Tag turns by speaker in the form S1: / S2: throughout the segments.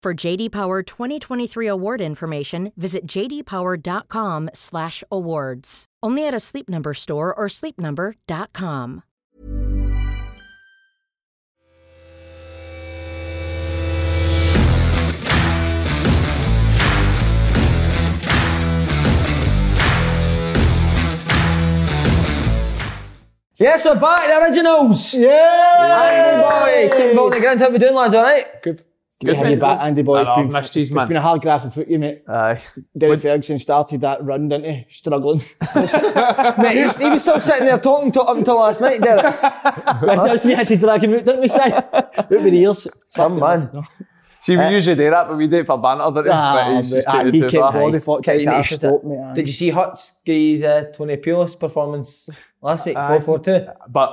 S1: For JD Power 2023 award information, visit jdpower.com/awards. Only at a Sleep Number store or sleepnumber.com.
S2: Yes, we're back. The originals. Andy Bowie, Kim Bolton, Grant, how we doing, lads? All right.
S3: Good.
S2: Good
S3: to have you back, Andy Boy.
S4: I
S3: It's
S4: know,
S3: been-
S4: I've missed yous, man.
S3: It's been a hard graft of foot, you mate.
S4: Aye.
S3: Derek Ferguson started that run, didn't he? Struggling.
S2: Mate, he's, he was still sitting there talking to up until last night, Derek.
S3: we had to drag him out, didn't we, Si? Out with the ears.
S2: Some man.
S4: See, we usually do that, but we do it for banter, don't we?
S3: Ah,
S4: But it's just
S3: aye,
S4: taken
S3: he
S4: too
S3: kept
S4: far.
S3: body fuck
S2: Kicked
S3: getting
S2: it
S3: to
S2: after
S3: stop,
S2: that.
S3: mate. aye.
S2: Did you see Hutz's uh, Tony Pulis performance last week, 4 4 2?
S4: But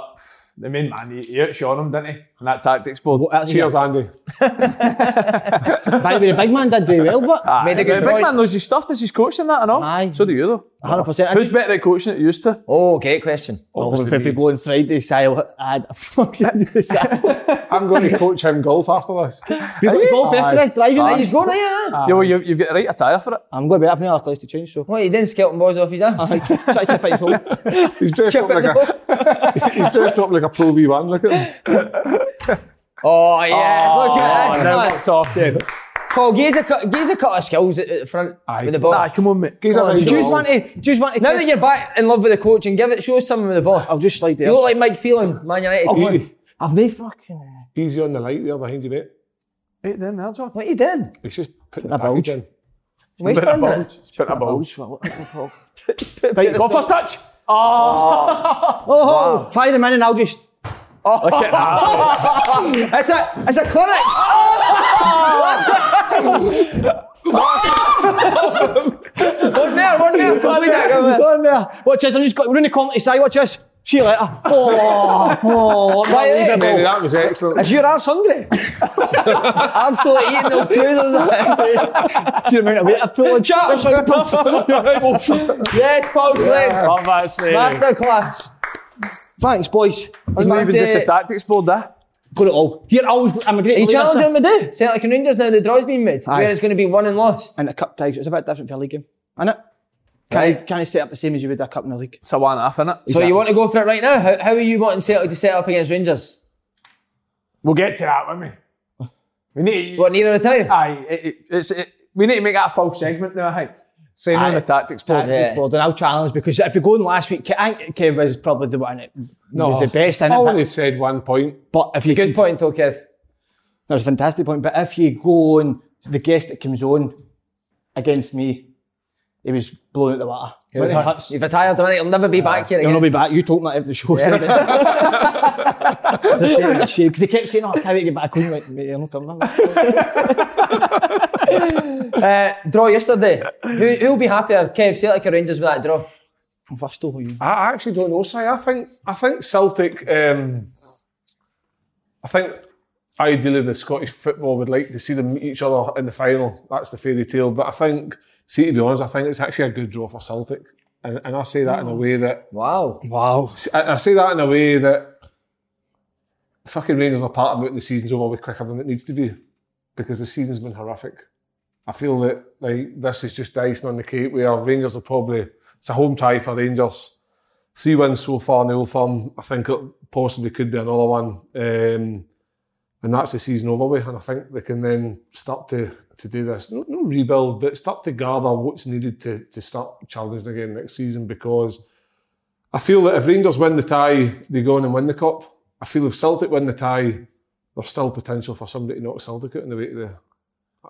S4: the main man, he, he outshone him, didn't he? On that tactics board.
S3: What else you
S4: Cheers,
S3: got?
S4: Andy.
S3: By the way, the big man did do well, but
S2: Made a
S4: The
S2: good
S4: big
S2: point.
S4: man knows his stuff, does his coaching that and all?
S3: Aye.
S4: So do you though.
S3: 100%. I
S4: Who's
S3: did-
S4: better at coaching than you used to?
S2: Oh, great question.
S3: Obviously, if we go on Friday, Si, I had a fucking disaster.
S4: I'm going to coach him golf after this.
S3: You got to golf after this, driving
S4: Aye.
S3: mate.
S2: He's
S3: He's
S2: going
S3: going.
S2: there, huh?
S4: Yeah, well, you've, you've got the right attire for it.
S3: I'm going to be having another place to change, so.
S2: What, he didn't skeleton boys off his ass?
S3: Try to chip out home.
S5: He's dressed
S2: Chip
S5: up like
S2: it
S5: a he's dressed up like a pro V1. Look at him.
S2: Oh, yes, look
S3: Oh,
S2: at this. man.
S4: off then.
S2: Paul, gaze a, cou- gaze a couple of skills at, at the front with the ball.
S4: Nah, come on, mate. Gaze
S2: Come
S4: up
S2: on,
S4: and
S3: Do you
S2: Joe.
S4: show
S3: want to, do you want to
S2: now
S3: test-
S2: that you're back in love with the coach and give it, show us something with the ball.
S3: I'll just slide there.
S2: You look like Mike Phelan, Man United.
S3: Oh,
S2: coach.
S3: sorry. I've no fucking.
S5: Easy on the light there behind you, mate.
S4: Hey, then there, John.
S2: what are you doing?
S5: He's just putting
S3: a
S5: the package
S3: bulge.
S5: in.
S2: Waste band it.
S4: Just put a ball.
S3: Oh,
S4: Right, go first touch.
S3: oh fire him in and I'll just.
S4: Look at that.
S2: It's a, it's a clinic. one there, one there. One there.
S3: Go on there. Watch this. I'm just going to call it side. Watch this. See you later. Oh, oh,
S2: Why, eh?
S3: unbelievable.
S5: Mate, that was excellent.
S2: Is your arse hungry? Absolutely eating those trousers.
S3: See the amount of weight I put on.
S2: Shut up. yes, Paul Slade.
S4: Love that, Slade.
S2: Masterclass.
S3: Thanks, boys.
S4: It's not even
S2: Fancy.
S4: just a tactics board, eh? that.
S3: Got it all. Here, always. I'm a great
S2: Are you
S3: leader, sir.
S2: challenging me do? Celtic and Rangers now, the draw's been made.
S3: Aye.
S2: Where it's going to be won and lost.
S3: And a cup tie, so it's a bit different for a league game, isn't it? Can I can I set up the same as you would a cup in the league?
S4: It's a one and a half, innit?
S2: So you want to go for it right now? How, how are you wanting Celtic to set up against Rangers?
S4: We'll get to that, won't we? We need.
S2: What, nearer the time?
S4: Aye, it, it, it's, it, we need to make that a full segment now, I think. Same on the tactics board.
S3: Tactics board, and I'll challenge because if you're going last week, I think Kev was probably the one that was the best in
S5: I only
S3: it.
S5: said one point.
S3: But, but if you
S2: Good point, though, Kev.
S3: That was a fantastic point. But if you go on the guest that comes on against me, he was blown out the water. Whitney Hurts.
S2: You've retired, man. He'll never be back here
S3: He'll
S2: again.
S3: not be back. You told me that every show. Just saying it's a shame because he kept saying, "Oh, I can't wait to get back on." Like, mate, I'm not coming.
S2: Uh, draw yesterday. Who, who'll be happier, Kev, Celtic or Rangers with that draw?
S3: I'm first over you.
S5: I I actually don't know, Si. I think I think Celtic. Um, I think ideally the Scottish football would like to see them meet each other in the final. That's the fairy tale. But I think, see, to be honest, I think it's actually a good draw for Celtic, and, and I say that in a way that
S2: Wow.
S3: Wow.
S5: I, I say that in a way that fucking Rangers are part of it. and The season's over way quicker than it needs to be because the season's been horrific. I feel that like this is just icing on the cake. Where Rangers are probably it's a home tie for Rangers. Three wins so far in the Old Firm. I think it possibly could be another one. Um, and that's the season over with. And I think they can then start to to do this, no, no rebuild, but start to gather what's needed to to start challenging again next season. Because I feel that if Rangers win the tie, they go on and win the cup. I feel if Celtic win the tie, there's still potential for somebody to knock Celtic out on the way to the.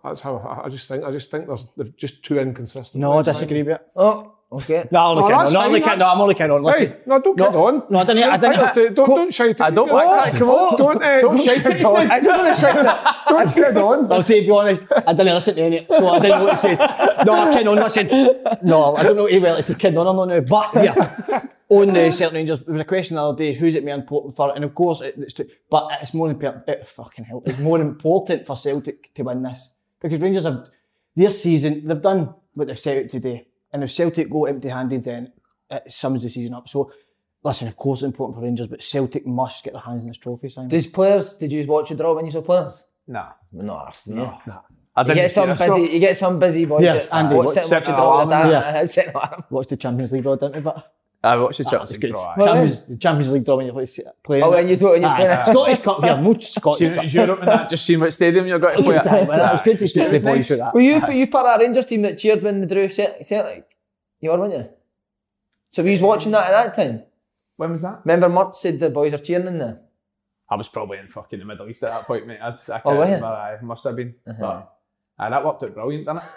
S5: That's how I- I just think. I just think there's they're just too inconsistent.
S3: No, I disagree with it.
S2: Oh, okay.
S3: No, I'm only
S5: Oh,
S3: kidding.
S5: that's
S3: on. No, I'm only
S5: fine,
S3: kidding. on. I'm only kidding. on. Listen,
S5: Hey, no, don't get on.
S3: No, I didn't. I
S5: Don't,
S3: didn't.
S5: don't, don't shout at
S4: I don't
S5: people.
S4: like that. Come on.
S5: Don't, uh,
S4: Don't
S5: don't
S4: shake
S5: get
S4: it.
S5: on.
S4: I'm going to shake it.
S5: Don't get on.
S3: I'll say, be honest, I didn't listen to any, so I didn't know what he said. No, I can on, listen. No, I don't know whether it's a kid on or not now, but yeah. On the certain Rangers, there was a question the other day, who's it more important for? And of course, it, it's, to, but it's more important, it, fucking hell, it's more important for Celtic to win this. Because Rangers have, their season, they've done what they've set out to do. And if Celtic go empty handed, then it sums the season up. So, listen, of course it's important for Rangers, but Celtic must get their hands in this trophy, Simon.
S2: These players, did you watch a draw when you saw players?
S4: Nah.
S2: No, arse, no.
S4: I
S2: You
S4: didn't
S2: get
S4: see
S2: some
S4: this
S2: busy,
S4: one.
S2: you get some busy boys.
S3: Yeah,
S2: that,
S3: Andy,
S2: watch
S3: what's
S2: sit and watch a
S4: set
S2: draw
S4: alarm?
S2: with a dad,
S3: Yeah.
S2: uh, set an alarm.
S3: Watch the Champions League, though, didn't we? But
S4: I watched the
S3: It's
S4: Chelsea
S3: good.
S4: draw.
S3: Champions, Champions League dominant place playing.
S2: Oh, and you thought when you
S3: Ah,
S2: were playing it.
S3: Scottish Cup, yeah, no Scottish
S4: You-
S3: Cup.
S4: You're up in that, just seeing what stadium you're going to play
S3: Aye,
S4: at.
S3: well, That was good to see the boys with that.
S2: Were you were you part of that Rangers team that cheered when they drew Celt- Celtic? You were, weren't you? So we was watching that at that time.
S4: When was that?
S2: Remember, Murt said the boys are cheering in there.
S4: I was probably in fucking the Middle East at that point, mate. I'd, I can't
S2: Oh, were you?
S4: remember. I must have been. But, aye, that worked out brilliant, didn't it?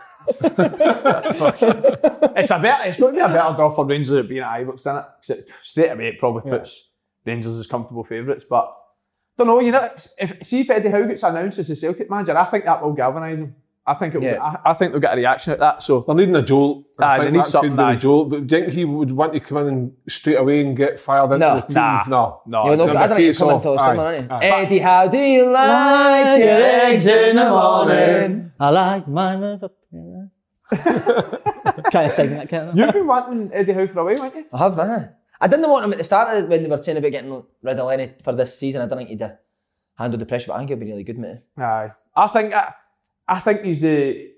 S4: it's a better. It's going to be a better draw for Rangers at being at Ibrox, didn't it? 'Cause it? Straight away, it probably puts Rangers as comfortable favourites. But don't know. You know, it's- if see if Eddie Howe gets announced as the Celtic manager, I think that will galvanise him. I think it. will
S2: Yeah.
S4: I, I think they'll get a reaction at that. So
S5: They're needing a jolt.
S4: Aye,
S5: I
S4: they
S5: think
S4: need
S5: that
S4: something,
S5: could be
S4: aye.
S5: the jolt. But do you think he would want to come in and straight away and get fired into
S2: No.
S5: the team?
S4: Nah.
S5: no,
S4: No,
S2: You'll know,
S5: no,
S2: I
S5: but
S2: don't think you're
S5: it's
S2: coming
S5: off.
S2: till summer,
S5: Aye,
S2: aren't you?
S5: aye.
S2: Eddie, how do you like your eggs in the morning?
S3: I like my mother. Can't sing that, can't I?
S4: you've been wanting Eddie Howe for a while, haven't you?
S2: I have, eh? I didn't want him at the start of- when they were saying about getting rid of Lenny for this season. I didn't think he'd uh, handle the pressure, but I think he'll be really good, mate.
S4: Aye. I think I, I think he's a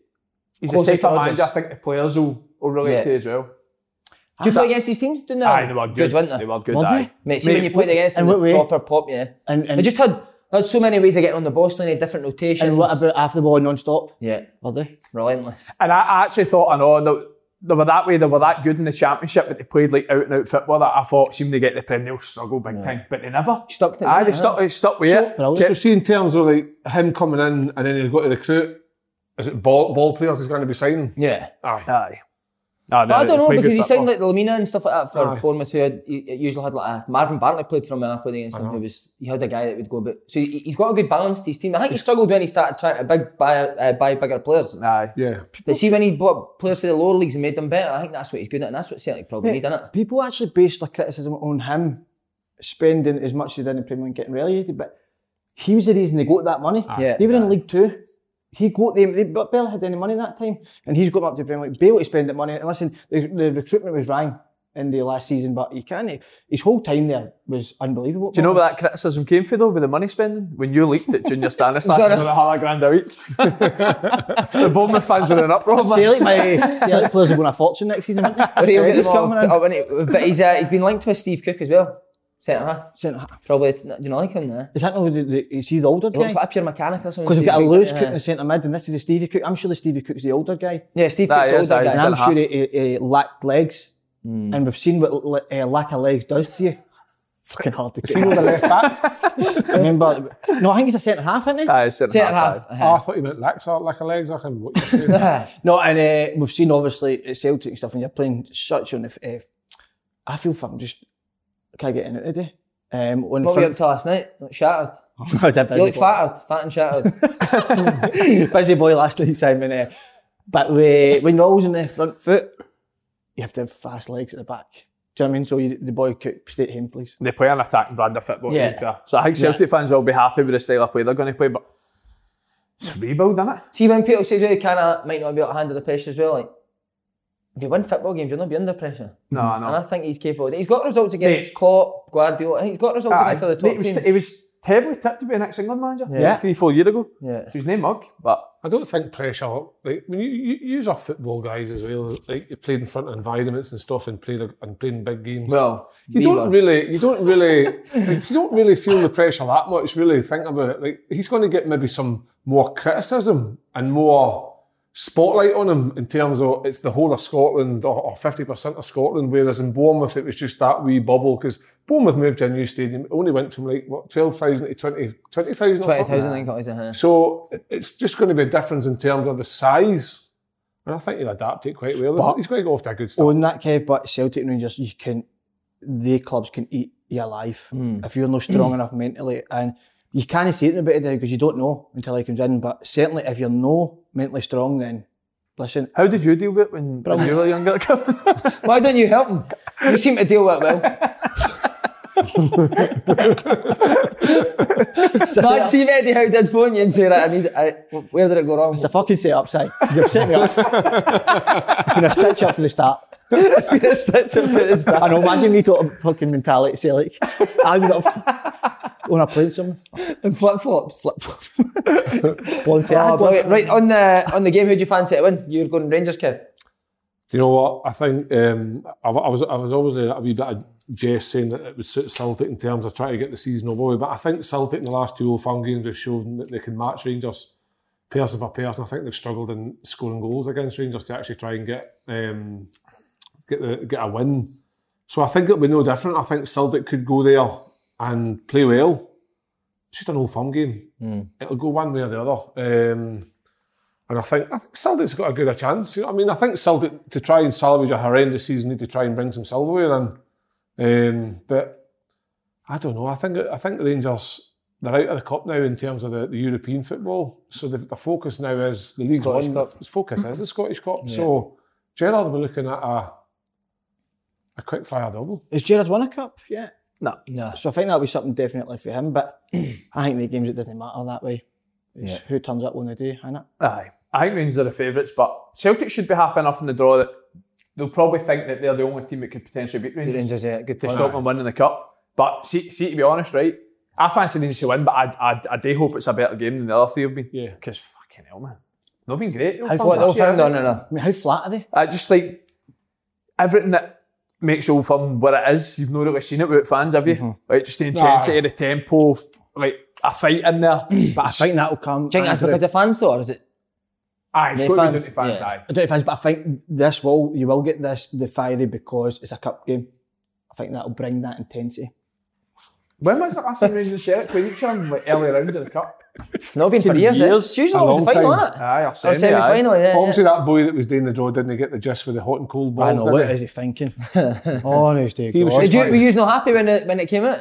S4: he's a
S2: Closest
S4: type of
S2: to
S4: manager. I
S2: Rodgers.
S4: think the players will, will relate
S2: Yeah.
S4: to as well.
S2: Do you
S4: How's
S2: play
S4: that?
S2: against these teams? Didn't they?
S4: Aye, they were good.
S2: weren't
S4: they? were good.
S3: Were
S4: aye.
S2: Mate, see when you played against
S3: and
S2: them,
S3: what
S2: the
S3: way?
S2: proper pop, yeah.
S3: And- and-
S2: they just had had so many ways of getting on the ball, so many different rotations.
S3: And what about after the ball non-stop?
S2: Yeah,
S3: Were they?
S2: relentless.
S4: And I, I actually thought, I know, they, they were that way, they were that good in the championship, but they played like out and out football that I thought seemed to get the Premier League struggle big time, but they never.
S2: Stuck to it,
S4: Aye, they
S2: yeah.
S4: stuck, they stuck with it.
S3: Brilliant.
S5: So see, in terms of like him coming in and then he's got to recruit, is it ball ball players he's going to be signing?
S2: Yeah.
S5: Aye.
S4: Aye. Ah, no,
S2: But I
S4: they
S2: don't know
S4: played
S2: because
S4: good
S2: he signed
S4: football.
S2: like Lamina and stuff like that for
S5: Aye.
S2: Bournemouth, who had, he he usually had like a Marvin Bartley played for him when I played against him. Who was he had a guy that would go, but so he, he's got a good balance to his team. I think he struggled when he started trying to big buy uh, buy bigger players.
S4: Aye.
S5: Yeah.
S2: But see when he bought players for the lower leagues and made them better, I think that's what he's good at, and that's what Celtic probably need, isn't it?
S3: People actually based their criticism on him spending as much as he did in the Premier League and getting relegated, but he was the reason they got that money.
S2: Ah, Yeah.
S3: They were in League Two. He got them. They but barely had any money that time, and he's got them up to the Premier League. Bale to spend that money. And listen, the, the recruitment was rang in the last season, but he can't. His whole time there was unbelievable.
S4: Do you know
S2: Oh.
S4: where that criticism came from though, with the money spending? When you leaked at Junior Stanislas,
S2: Done it.
S4: it was half a grand a week. the Bournemouth fans were in an uproar, man.
S3: Celtic, my Celtic players are going to fortune next season. Aren't
S2: But
S3: they?
S2: he'll get
S3: Eddie's
S2: them all
S3: coming in.
S2: up, innit? But he's uh, he's been linked with Steve Cook as well, centre half.
S3: Centre half.
S2: Probably do you not like him? There?
S3: Is that not the, the, is he the older
S2: He looks
S3: guy?
S2: like a pure mechanic or something.
S3: Because we've
S2: Steve
S3: got a
S2: Cook,
S3: loose
S2: yeah.
S3: cook in the centre mid, and this is a Stevie Cook. I'm sure the Stevie Cook's the older guy.
S2: Yeah, Steve
S4: Nah,
S2: Cook's
S4: he is,
S2: older
S4: aye,
S2: guy.
S3: And I'm
S4: Centre
S3: sure he, he, he lacked legs. And we've seen what le- uh, lack of legs does to you. Fucking hard to get. the left back. Remember, no, I think he's a centre half, isn't he?
S4: Aye, centre
S2: Centre half.
S4: half,
S2: uh-huh. Ah.
S4: aye.
S5: Oh, I
S2: aye.
S5: thought you meant legs or like a legs. I can what you saying.
S3: No, and uh, we've seen obviously at Celtic and stuff, and you're playing such on the. f- Uh, I feel fucking just can't get in it today. Um, on
S2: What were you
S3: the
S2: up to last night? Shattered.
S3: front, I was a busy
S2: You look
S3: boy.
S2: fattered, fat and shattered.
S3: busy boy last night, Simon. Uh, but we, when you're always in the front foot, you have to have fast legs at the back. Do you know what I mean? So you, the boy could stay at him, please.
S4: they play an attacking brand of football. to be
S2: Yeah.
S4: fair. So I think Celtic fans will be happy with the style of play they're going to play, but it's a rebuild, isn't it?
S2: See, when people say they kind of might not be able to handle the pressure as well, like, if you win football games, you'll not be under pressure.
S4: No, I know.
S2: And I think he's capable. of it. He's got results against
S4: Mate.
S2: Klopp, Guardiola. I think he's got results
S4: Aye.
S2: against other
S4: Mate,
S2: top
S4: it, was,
S2: teams.
S4: it was heavily tipped to be an ex-England manager
S2: Yeah.
S4: three, four years ago.
S2: Yeah.
S4: So he's no mug, but
S5: I don't think pressure. Like, I mean, you, you, you're football guys as well. Like, you played in front of environments and stuff, and played and playing big games.
S2: Well,
S5: you
S2: we
S5: don't
S2: were.
S5: really, you don't really, like, if you don't really feel the pressure that much. Really think about it. Like, he's going to get maybe some more criticism and more spotlight on him in terms of it's the whole of Scotland or fifty percent of Scotland. Whereas in Bournemouth, it was just that wee bubble because Bournemouth moved to a new stadium. It only went from like what twelve thousand to 20 20,000 or
S2: twenty
S5: something.
S2: thousand. I think it was. Uh,
S5: So it- it's just going to be a difference in terms of the size. And I think he'll adapt it quite well.
S3: But-
S5: He's going to go off to a good start.
S3: On that, Kev, but Celtic and Rangers, you can, the clubs can eat you alive if you're not strong enough mentally. And you can't say it about it because you don't know until he comes in. But certainly, if you're no mentally strong, then listen,
S4: how did you deal with it when, when you were younger? Kevin?
S2: Why don't you help him? You seem to deal with it well. No, I'd see Eddie Howe did phone you and say, right, I need, I, where did it go wrong?
S3: it's a fucking set up, Si. You've set me up. it's been a stitch up from the start.
S2: It's been a stitch up at the start.
S3: I know, imagine me talking fucking mentality, say like, I ended up on a plane somewhere.
S2: And flip flops.
S3: Flip Blonde hair. I
S2: Oh,
S3: had blonde-
S2: brilliant. Right, on the, on the game, who do you fancy to win? You're going Rangers, Kev.
S5: Do you know what? I think um, I, I was I was obviously a wee bit of jest saying that it would suit Celtic in terms of trying to get the season over with, but I think Celtic in the last two Old Firm games have shown that they can match Rangers person for person. I think they've struggled in scoring goals against Rangers to actually try and get um, get the, get a win. So I think it'll be no different. I think Celtic could go there and play well. It's just an Old Firm game. It'll go one way or the other. Um, and I think, I think Celtic's got a good a chance. You know, what I mean, I think Celtic to try and salvage a horrendous season need to try and bring some silverware in. Um, but I don't know. I think I think Rangers they're out of the cup now in terms of the, the European football. So the, the focus now is the League
S2: Scottish
S5: One.
S2: Cup.
S5: The focus is the Scottish Cup. So Gerard will be looking at a a quick fire double.
S3: Has Gerard won a cup yet? No.
S2: No.
S3: So I think that'll be something definitely for him, but I think the games, it doesn't matter that way. It's who turns up on the day, innit?
S4: Aye. I think Rangers are the favourites, but Celtic should be happy enough in the draw that they'll probably think that they're the only team that could potentially beat Rangers,
S2: Rangers, yeah, good
S4: to
S2: point.
S4: stop them winning the cup. But see, see, to be honest, right, I fancy Rangers to win, but I, I, I do hope it's a better game than the other three have been.
S5: Yeah.
S4: Because fucking hell, man. They've been great. They've
S2: What, they'll find no, no, no.
S3: I mean, how flat are they?
S4: I just like everything that makes Old Firm what it is. You've not really seen it without fans, have you?
S2: Mm-hmm.
S4: Like just the intensity, the tempo, f- like a fight in there.
S3: But I think that'll come.
S2: Do you think that's
S3: Andrew.
S2: because of fans though, or is it?
S4: aye, it's
S2: The
S4: got to be down
S2: fans,
S4: to fans.
S2: yeah.
S4: Aye.
S3: I don't know if fans, but I think this will, you will get this, the fiery, because it's a cup game. I think that'll bring that intensity.
S4: When was the last time Rangers and Celtic played each other? Like early rounds of the cup.
S2: It's not been for years. eh?
S4: years,
S2: It's usually
S5: a
S2: always a eh?
S5: long
S2: final, isn't
S5: time. Ah,
S2: it?
S4: Aye, or
S2: Or
S4: semi.
S2: semi
S4: aye.
S2: final, yeah.
S5: Obviously, that boy that was doing the draw didn't get the gist with the hot and cold balls.
S3: I know,
S5: did
S3: what
S5: he?
S3: is he thinking? Oh, Honest to
S5: was
S3: God.
S5: just
S2: Did you, were you not happy when it, when it came out?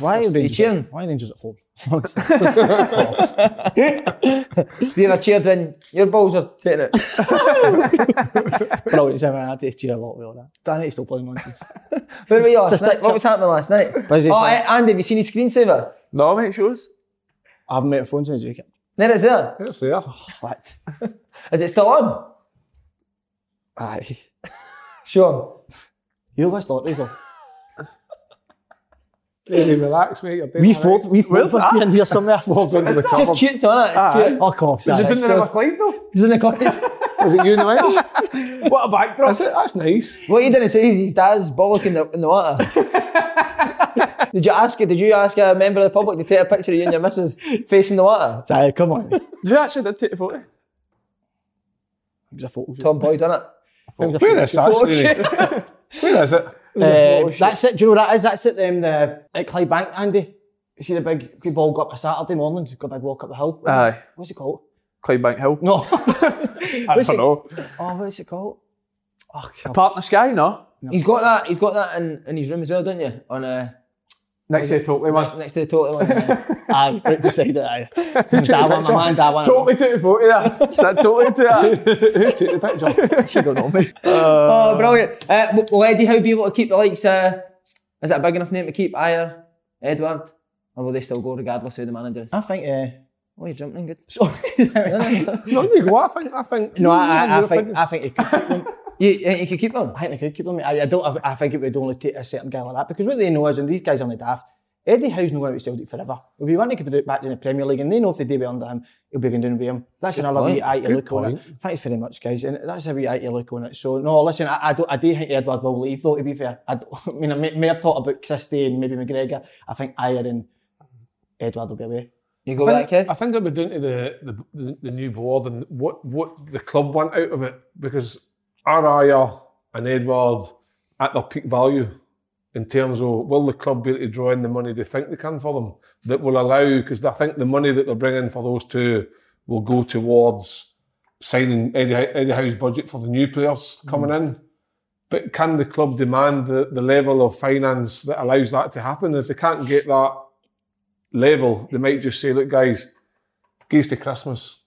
S3: Why are Rangers?
S2: cheering?
S3: Why are Rangers at home?
S2: They were cheered when your balls are taking it.
S3: Brilliant. so I had to cheer a lot with all that. Dan, it's still playing nonsense.
S2: Where were you last
S3: It's a
S2: night?
S3: stitch
S2: What
S3: up.
S2: was happening last night?
S3: Busy,
S2: oh,
S3: sir.
S2: eh, Andy, have you seen his screensaver?
S4: No, mate, shows.
S3: I haven't made a phone since the weekend.
S2: There it's there.
S5: It's there.
S3: What?
S2: Is it still on?
S3: Aye.
S2: Sure.
S3: You list lotteries though.
S5: Really relax, mate. You're doing
S3: We
S5: all right.
S3: thought we thought must be in here somewhere.
S5: Forbes under the
S2: It's
S5: cover.
S2: just cute, on it? It's cute.
S3: Fuck off,
S4: Is it
S3: Sam.
S4: doing the
S2: so-
S4: River Clyde though?
S2: He's in the corner.
S5: Is it you in the middle?
S4: What a backdrop.
S5: That's it. That's nice.
S2: what you didn't say is his dad's bollock in the, in the water. did you ask it? Did you ask a member of the public to take a picture of you and your missus facing the water?
S3: Aye, come on. It
S4: You actually did take a photo.
S3: was a photo.
S2: Tom Boyd, innit?
S3: It was a
S5: Where is that?
S2: Oh,
S5: Siri?
S2: shit.
S5: Where is it?
S3: Uh, that's it. Do you know what that is? That's it. Um, the at Clyde Bank, Andy. You see the big people all go up a Saturday morning. Got a big walk up the hill.
S4: Aye.
S3: What's it called?
S4: Clydebank Hill.
S3: No.
S4: I
S3: What's
S4: don't
S3: it?
S4: know.
S3: Oh, what's it called? Oh, God.
S4: Partner Sky, no.
S2: He's got that. He's got that in, in his room as well, don't you? On a
S4: Next to the Totally one.
S2: next to the toilet. one, yeah.
S3: aye, right beside it. Aye. that one, my man. That one.
S4: Totally took a photo there. That totally did that. Uh,
S5: Who took the picture?
S3: She don't know me.
S2: oh, brilliant! Uh, w- will Eddie Howe be able to keep the likes? Uh, is that a big enough name to keep Ayer, Edward, or will they still go regardless of who the manager is?
S3: I think. Uh,
S2: Oh, you're jumping in good.
S3: sorry.
S5: No, you go. I think. I think.
S3: no, I, I, I
S5: Europe-
S3: think. I think it could. Keep them.
S2: You, you, think you could keep them.
S3: I think they could keep them. I, I don't. I think it would only take a certain guy like that because what they know is, and these guys on the daft. Eddie Howe's not going to be at Celtic forever. He'll be wanting to be back in the Premier League, and they know if they do be under him, he'll be going down with him. That's another wee eye to look on it. Thanks very much, guys. And that's a wee eye to look on it. So, no, listen, I, I, don't, I do think Edward will leave, though, to be fair. I, don't- I mean, I may, may have thought about Christie and maybe McGregor. I think Ayer and Edward will be away.
S2: You go
S5: I
S2: with
S5: think-
S2: that,
S5: I
S2: Kev?
S5: think it would be down to the, the, the, the new board and what, what the club want out of it because Araya and Edward at their peak value in terms of will the club be able to draw in the money they think they can for them that will allow because I think the money that they're bringing for those two will go towards signing Eddie, Eddie Howe's budget for the new players coming
S2: Mm.
S5: in. But can the club demand the, the level of finance that allows that to happen? If they can't get that level, they might just say, look, guys, geese to Christmas.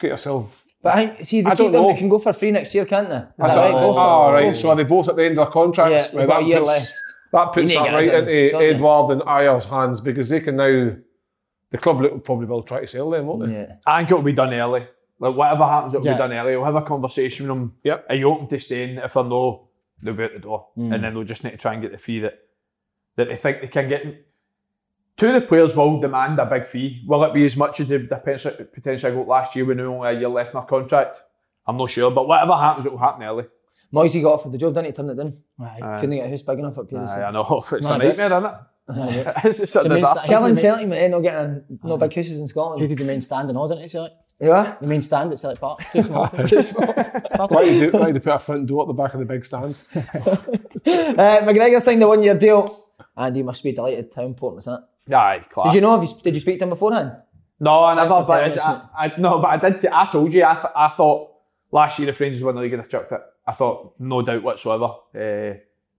S5: Get yourself.
S2: But I think, see, if they
S5: I
S2: keep
S5: don't
S2: them, they
S5: know.
S2: can go for free next year, can't they? Is
S5: That's
S2: that right,
S5: all. Oh,
S2: both?
S5: Ah, right. So are they both at the end of their contracts?
S2: Yeah, they've got a year
S5: puts,
S2: left.
S5: that puts
S2: You need
S5: that
S2: to
S5: right
S2: get it done,
S5: into
S2: don't you?
S5: Edward and Ayer's hands because they can now. The club will probably will try to sell them, won't they?
S2: Yeah.
S4: I think it'll be done early. Like whatever happens, it'll
S3: Yeah.
S4: be done early. We'll have a conversation with them.
S5: Yep.
S4: Are you open to staying? If they're no, they'll be out the door, and then they'll just need to try and get the fee that that they think they can get. Two of the players will demand a big fee. Will it be as much as they potentially, potentially got last year when they only had a year left in their contract? I'm not sure, but whatever happens, it will happen early.
S2: Moisey got offered the job, didn't he? Turned it down.
S3: Aye.
S2: Couldn't get a house big enough at Pearson.
S4: Aye, I know it's a
S3: No, but-
S4: nightmare, isn't it? it's, it's a
S3: It's a mainstay.
S4: disaster.
S2: Kevin Celtic, mate, eh, not getting no big houses in
S3: Who
S2: Scotland.
S3: did the main stand in order, didn't he, Celtic?
S2: Yeah.
S3: The main stand at Celtic Park. Too small. Too small.
S5: Why do you do, why do you put a front door at the back of the big stand?
S2: Uh, McGregor signed a one-year deal. Andy, you must be delighted. How important is that?
S4: Aye, class.
S2: Did you know? Have you, did you speak to him beforehand?
S4: No, I
S2: Thanks
S4: never.
S2: for
S4: But
S2: telling
S4: it's,
S2: us,
S4: I,
S2: mate.
S4: I, no, but I did. T- I told you. I, th- I thought last year if Rangers won the league, I'd have chucked it. I thought no doubt whatsoever. Eh,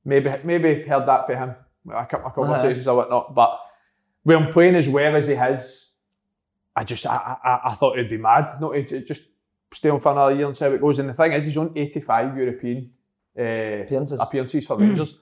S4: maybe maybe heard that for him. A couple of conversations or whatnot. But when playing as well as he has, I just I I, I thought it'd be mad not to, to just stay on for another year and see how it goes. And the thing is, he's on 85 European eh,
S2: Appearances.
S4: appearances for Rangers.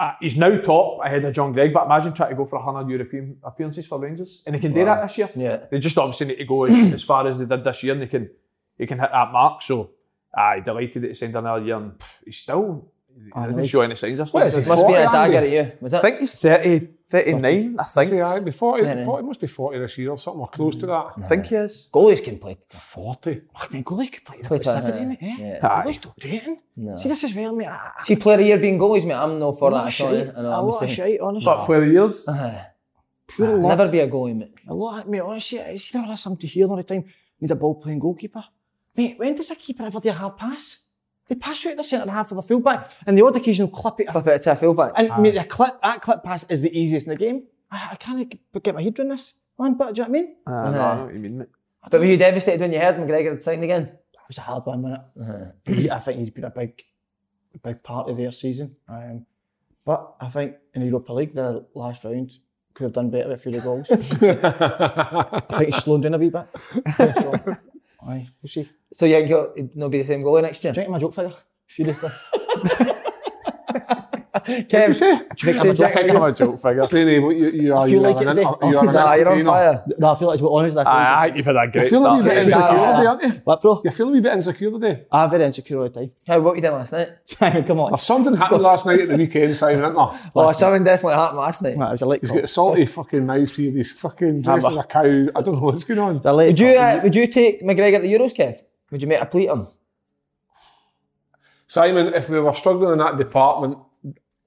S4: Uh, he's now top ahead of John Gregg, but imagine trying to go for 100 European appearances for Rangers. And he can do that this year.
S2: Yeah.
S4: They just obviously need to go as, as far as they did this year and they can they can hit that mark. So aye, delighted that he signed another year and pff, he's still he doesn't show any signs of
S5: is he,
S4: something.
S2: Must be a
S5: Forty, Andy.
S2: dagger at you. Was
S4: I
S2: it?
S4: think he's 30, 39, I think.
S5: See, I be 40,
S2: Fair enough. Mm.
S5: 40 must be 40 this year or something, or close to that.
S4: I think he is.
S2: goalies can play.
S5: 40.
S3: I mean, goalies could play it up
S2: Play
S3: at
S2: to-
S3: 70, mate. eh?
S2: yeah.
S3: Goalies don't do it.
S2: No.
S3: See, this is well, mate. I,
S2: See, player of the year being goalies, mate. I'm no for that.
S3: lot of
S2: at all, eh?
S3: shite.
S2: I
S3: A
S2: know, I'm
S3: lot of
S2: saying.
S3: shite, honestly.
S4: But player of the years.
S2: Aye.
S3: Pure luck.
S2: Never be a goalie, mate.
S3: A lot, mate. Honestly, it's never something to hear all the time. Need a ball playing goalkeeper. Mate, when does a keeper ever do a hard pass? They pass you out the centre half of the fullback, and the odd occasional clip it.
S2: Flip it to a fullback.
S3: And mate, the clip, that clip pass is the easiest in the game. I, I can't g- get my head around this, man. But do you know what I mean?
S4: Aye, I know, I know what you mean, mate.
S2: But were you devastated when you heard McGregor had signed again?
S3: That was a hard one, wasn't it? He- I think he's been a big, big part of their season. Um, but I think in the Europa League, the last round could have done better with a few of the goals. I think he's slowing down a wee bit. So, aye, we'll see.
S2: So you think he'll he'll not be the same goalie next year?
S3: Drink my joke figure. Seriously.
S2: Kev, do you think I'm a
S3: Jack
S2: joke?
S4: I'm a joke figure.
S5: Slaney, what you, you are,
S3: feel
S5: you
S3: like
S5: are an,
S3: it,
S5: inter-
S3: eh?
S5: you are an
S2: Nah, you're on
S5: entertainer.
S2: fire.
S3: No, I feel like it's honestly. I feel
S4: Aye,
S3: like
S4: I think you've had a
S5: You
S4: great
S5: feel a
S4: start.
S5: wee bit
S4: It's-
S5: insecure
S2: Yeah.
S5: today, aren't you?
S3: what, bro?
S5: You feel a wee bit insecure today.
S3: I'm very insecure all the time.
S2: How what you did last night?
S3: Simon, come on.
S5: There's something happened last night at the weekend, Simon, isn't there?
S2: Oh, something definitely happened last night.
S3: Right, it was a late
S5: He's
S3: call.
S5: got a salty fucking mouth here. He's fucking dressed as a cow. I don't know what's going on.
S3: A late
S2: Would you
S3: call.
S2: uh, would you take McGregor to the Euros, Kev? Would you make a plea him?
S5: Simon, if we were struggling in that department,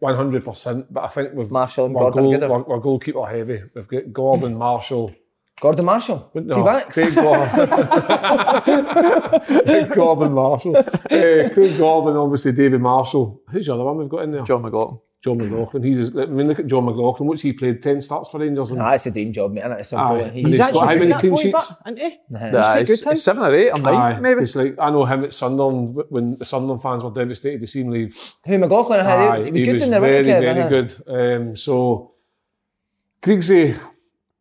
S5: 100%, but I think we've,
S2: Marshall and
S5: we're,
S2: Gordon
S5: goal,
S2: Gooder.
S5: we're, we're goalkeeper heavy. We've got Gordon, Marshall,
S2: Gordon Marshall.
S5: No,
S2: Two backs.
S5: Craig Gordon. Craig Gordon Marshall. Eh, Craig Gordon, obviously David Marshall. Who's the other one we've got in there?
S4: John McLaughlin.
S5: John McLaughlin. He's, I mean, look at John McLaughlin. What's he played? 10 starts for Rangers. And,
S2: Nah, it's a dream job, mate. Isn't it? It's a
S5: aye.
S2: goalie.
S5: And he's
S2: He's,
S5: got how many
S3: that
S5: clean
S3: boy
S5: sheets?
S3: back, ain't he?
S4: Aye,
S3: quite
S4: Uh, it's-
S3: good,
S4: it's seven or eight or nine,
S5: Aye.
S4: maybe.
S5: It's like, I know him at Sunderland wh- when the Sunderland fans were devastated to see him leave.
S2: who McLaughlin had?
S5: Aye,
S2: he was good in there,
S5: very,
S2: wasn't he, Kev?
S5: very
S2: Uh-huh.
S5: good. Um, so, Griggsy,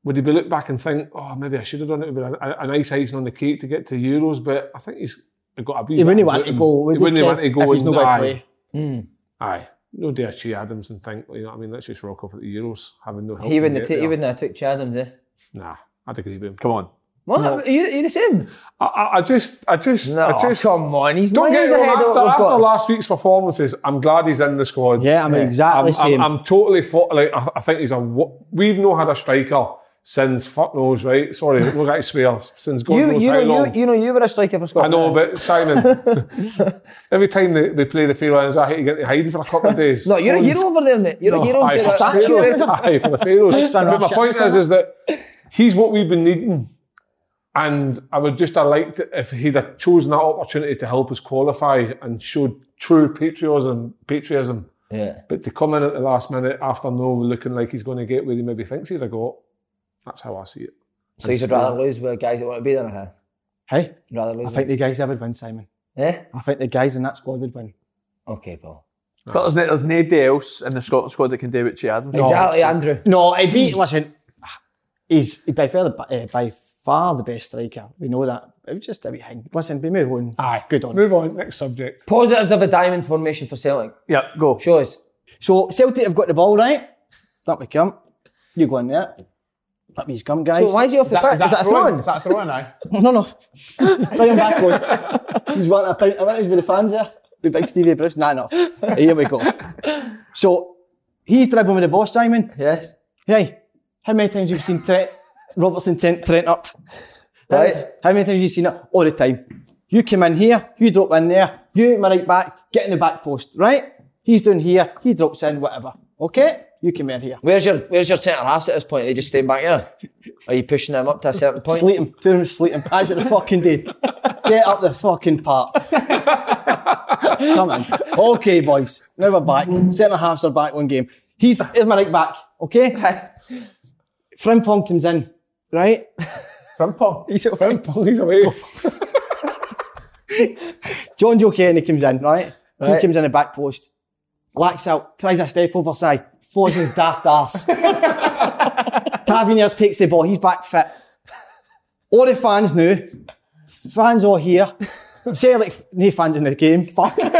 S5: would he be look back and think, oh, maybe I should have done it with a, a, a nice icing on the cake to get to Euros, but I think he's got a wee
S3: He
S5: bit
S3: wouldn't
S5: of
S3: want to
S5: gluten.
S3: go. would
S5: He wouldn't
S3: Kev,
S5: want to go
S3: if he's
S5: and
S3: not going
S5: aye,
S3: to play.
S5: Aye, no day of Che Adams and think, you know what I mean, let's just rock up at the Euros having no help.
S2: He
S5: and
S2: wouldn't have
S5: get
S2: ta- he
S5: there.
S2: wouldn't have took Chadams, eh?
S5: Nah, I'd agree with him.
S4: Come on.
S2: What? Are, you, are you the same?
S5: I, I, I just, I just,
S2: No,
S5: I just.
S2: come on. He's
S5: Don't get
S2: miles
S5: me wrong.
S2: ahead of
S5: After,
S2: what we've
S5: after
S2: got.
S5: last week's performances, I'm glad he's in the squad.
S3: Yeah, I'm exactly
S5: I'm,
S3: same.
S5: I'm, I'm totally for, like. I, I think he's a. wo- We've not had a striker since fuck knows, right? Sorry, we're going to swear since God
S2: You,
S5: knows
S2: you,
S5: how
S2: know,
S5: long.
S2: you, you know, you were a striker for
S5: I
S2: Scotland.
S5: know, but Simon, every time they, they play the Faroes, I hate to get to hiding for a couple of days.
S2: No, you're a hero over there, mate. You're a hero
S5: aye,
S2: for
S5: for
S2: that.
S5: the Faroes. Aye, for the Faroes.
S3: Than
S5: but my
S3: Russia.
S5: point is, is that he's what we've been needing. And I would just have liked it if he'd have chosen that opportunity to help us qualify and showed true patriotism. patriotism.
S2: Yeah.
S5: But to come in at the last minute after no looking like he's going to get where he maybe thinks he'd have got, that's how I see it.
S2: So you should rather lose with guys that want to be there than her.
S3: Hey,
S2: Rather lose.
S3: I think the guys there would win, Simon.
S2: with- Eh?
S3: I think the guys in that squad would win.
S2: Okay, Paul.
S4: But there's, no, there's nobody else in the Scotland squad that can do what Che Adams. does.
S2: Exactly, Andrew.
S3: No, he'd be, listen, he's by far the, uh, by far the best striker. We know that. It was just a wee thing. Listen, we move on. Aye. Good on.
S5: Move on, next subject.
S2: Positives of a diamond formation for Celtic.
S4: Yep, go.
S2: Show us.
S3: So Celtic have got the ball, right? That we come. You go in there. That me's come, guys.
S2: So why is he off the pitch? Is that a throw in?
S4: Is that a throw in, aye?
S3: No, no. Bring him back on. He's one of the, I think he's with the fans there. With big Stevie Bruce. Nah, no. Here we go. So he's dribbling with the ball, Simon.
S2: Yes.
S3: Hey, how many times have you seen Trent, Robertson Trent, Trent up? How-
S2: Right.
S3: How many times have you seen it? All the time. You come in here, you drop in there, you, my right back, get in the back post, right? He's down here, he drops in, whatever. Okay? You come in here.
S2: Where's your Where's your centre halves at this point? Are they just staying back here? Are you pushing them up to a certain point?
S3: Sleep him, do him, sleep him. As you fucking did. Get up the fucking park. Come on. Okay, boys. Now we're back. Centre halves are back one game. He's here's my right back. Okay? Frimpong comes in, right?
S5: Frimpong. He's at Frimpong, he's away.
S3: John Joe Kenny comes in, right?
S2: Right.
S3: He comes in the back post, lacks out, tries a step over side, follows his daft arse. Tavernier takes the ball, he's back fit. All the fans now, fans all here. Say like no fans in the game, fuck. there's,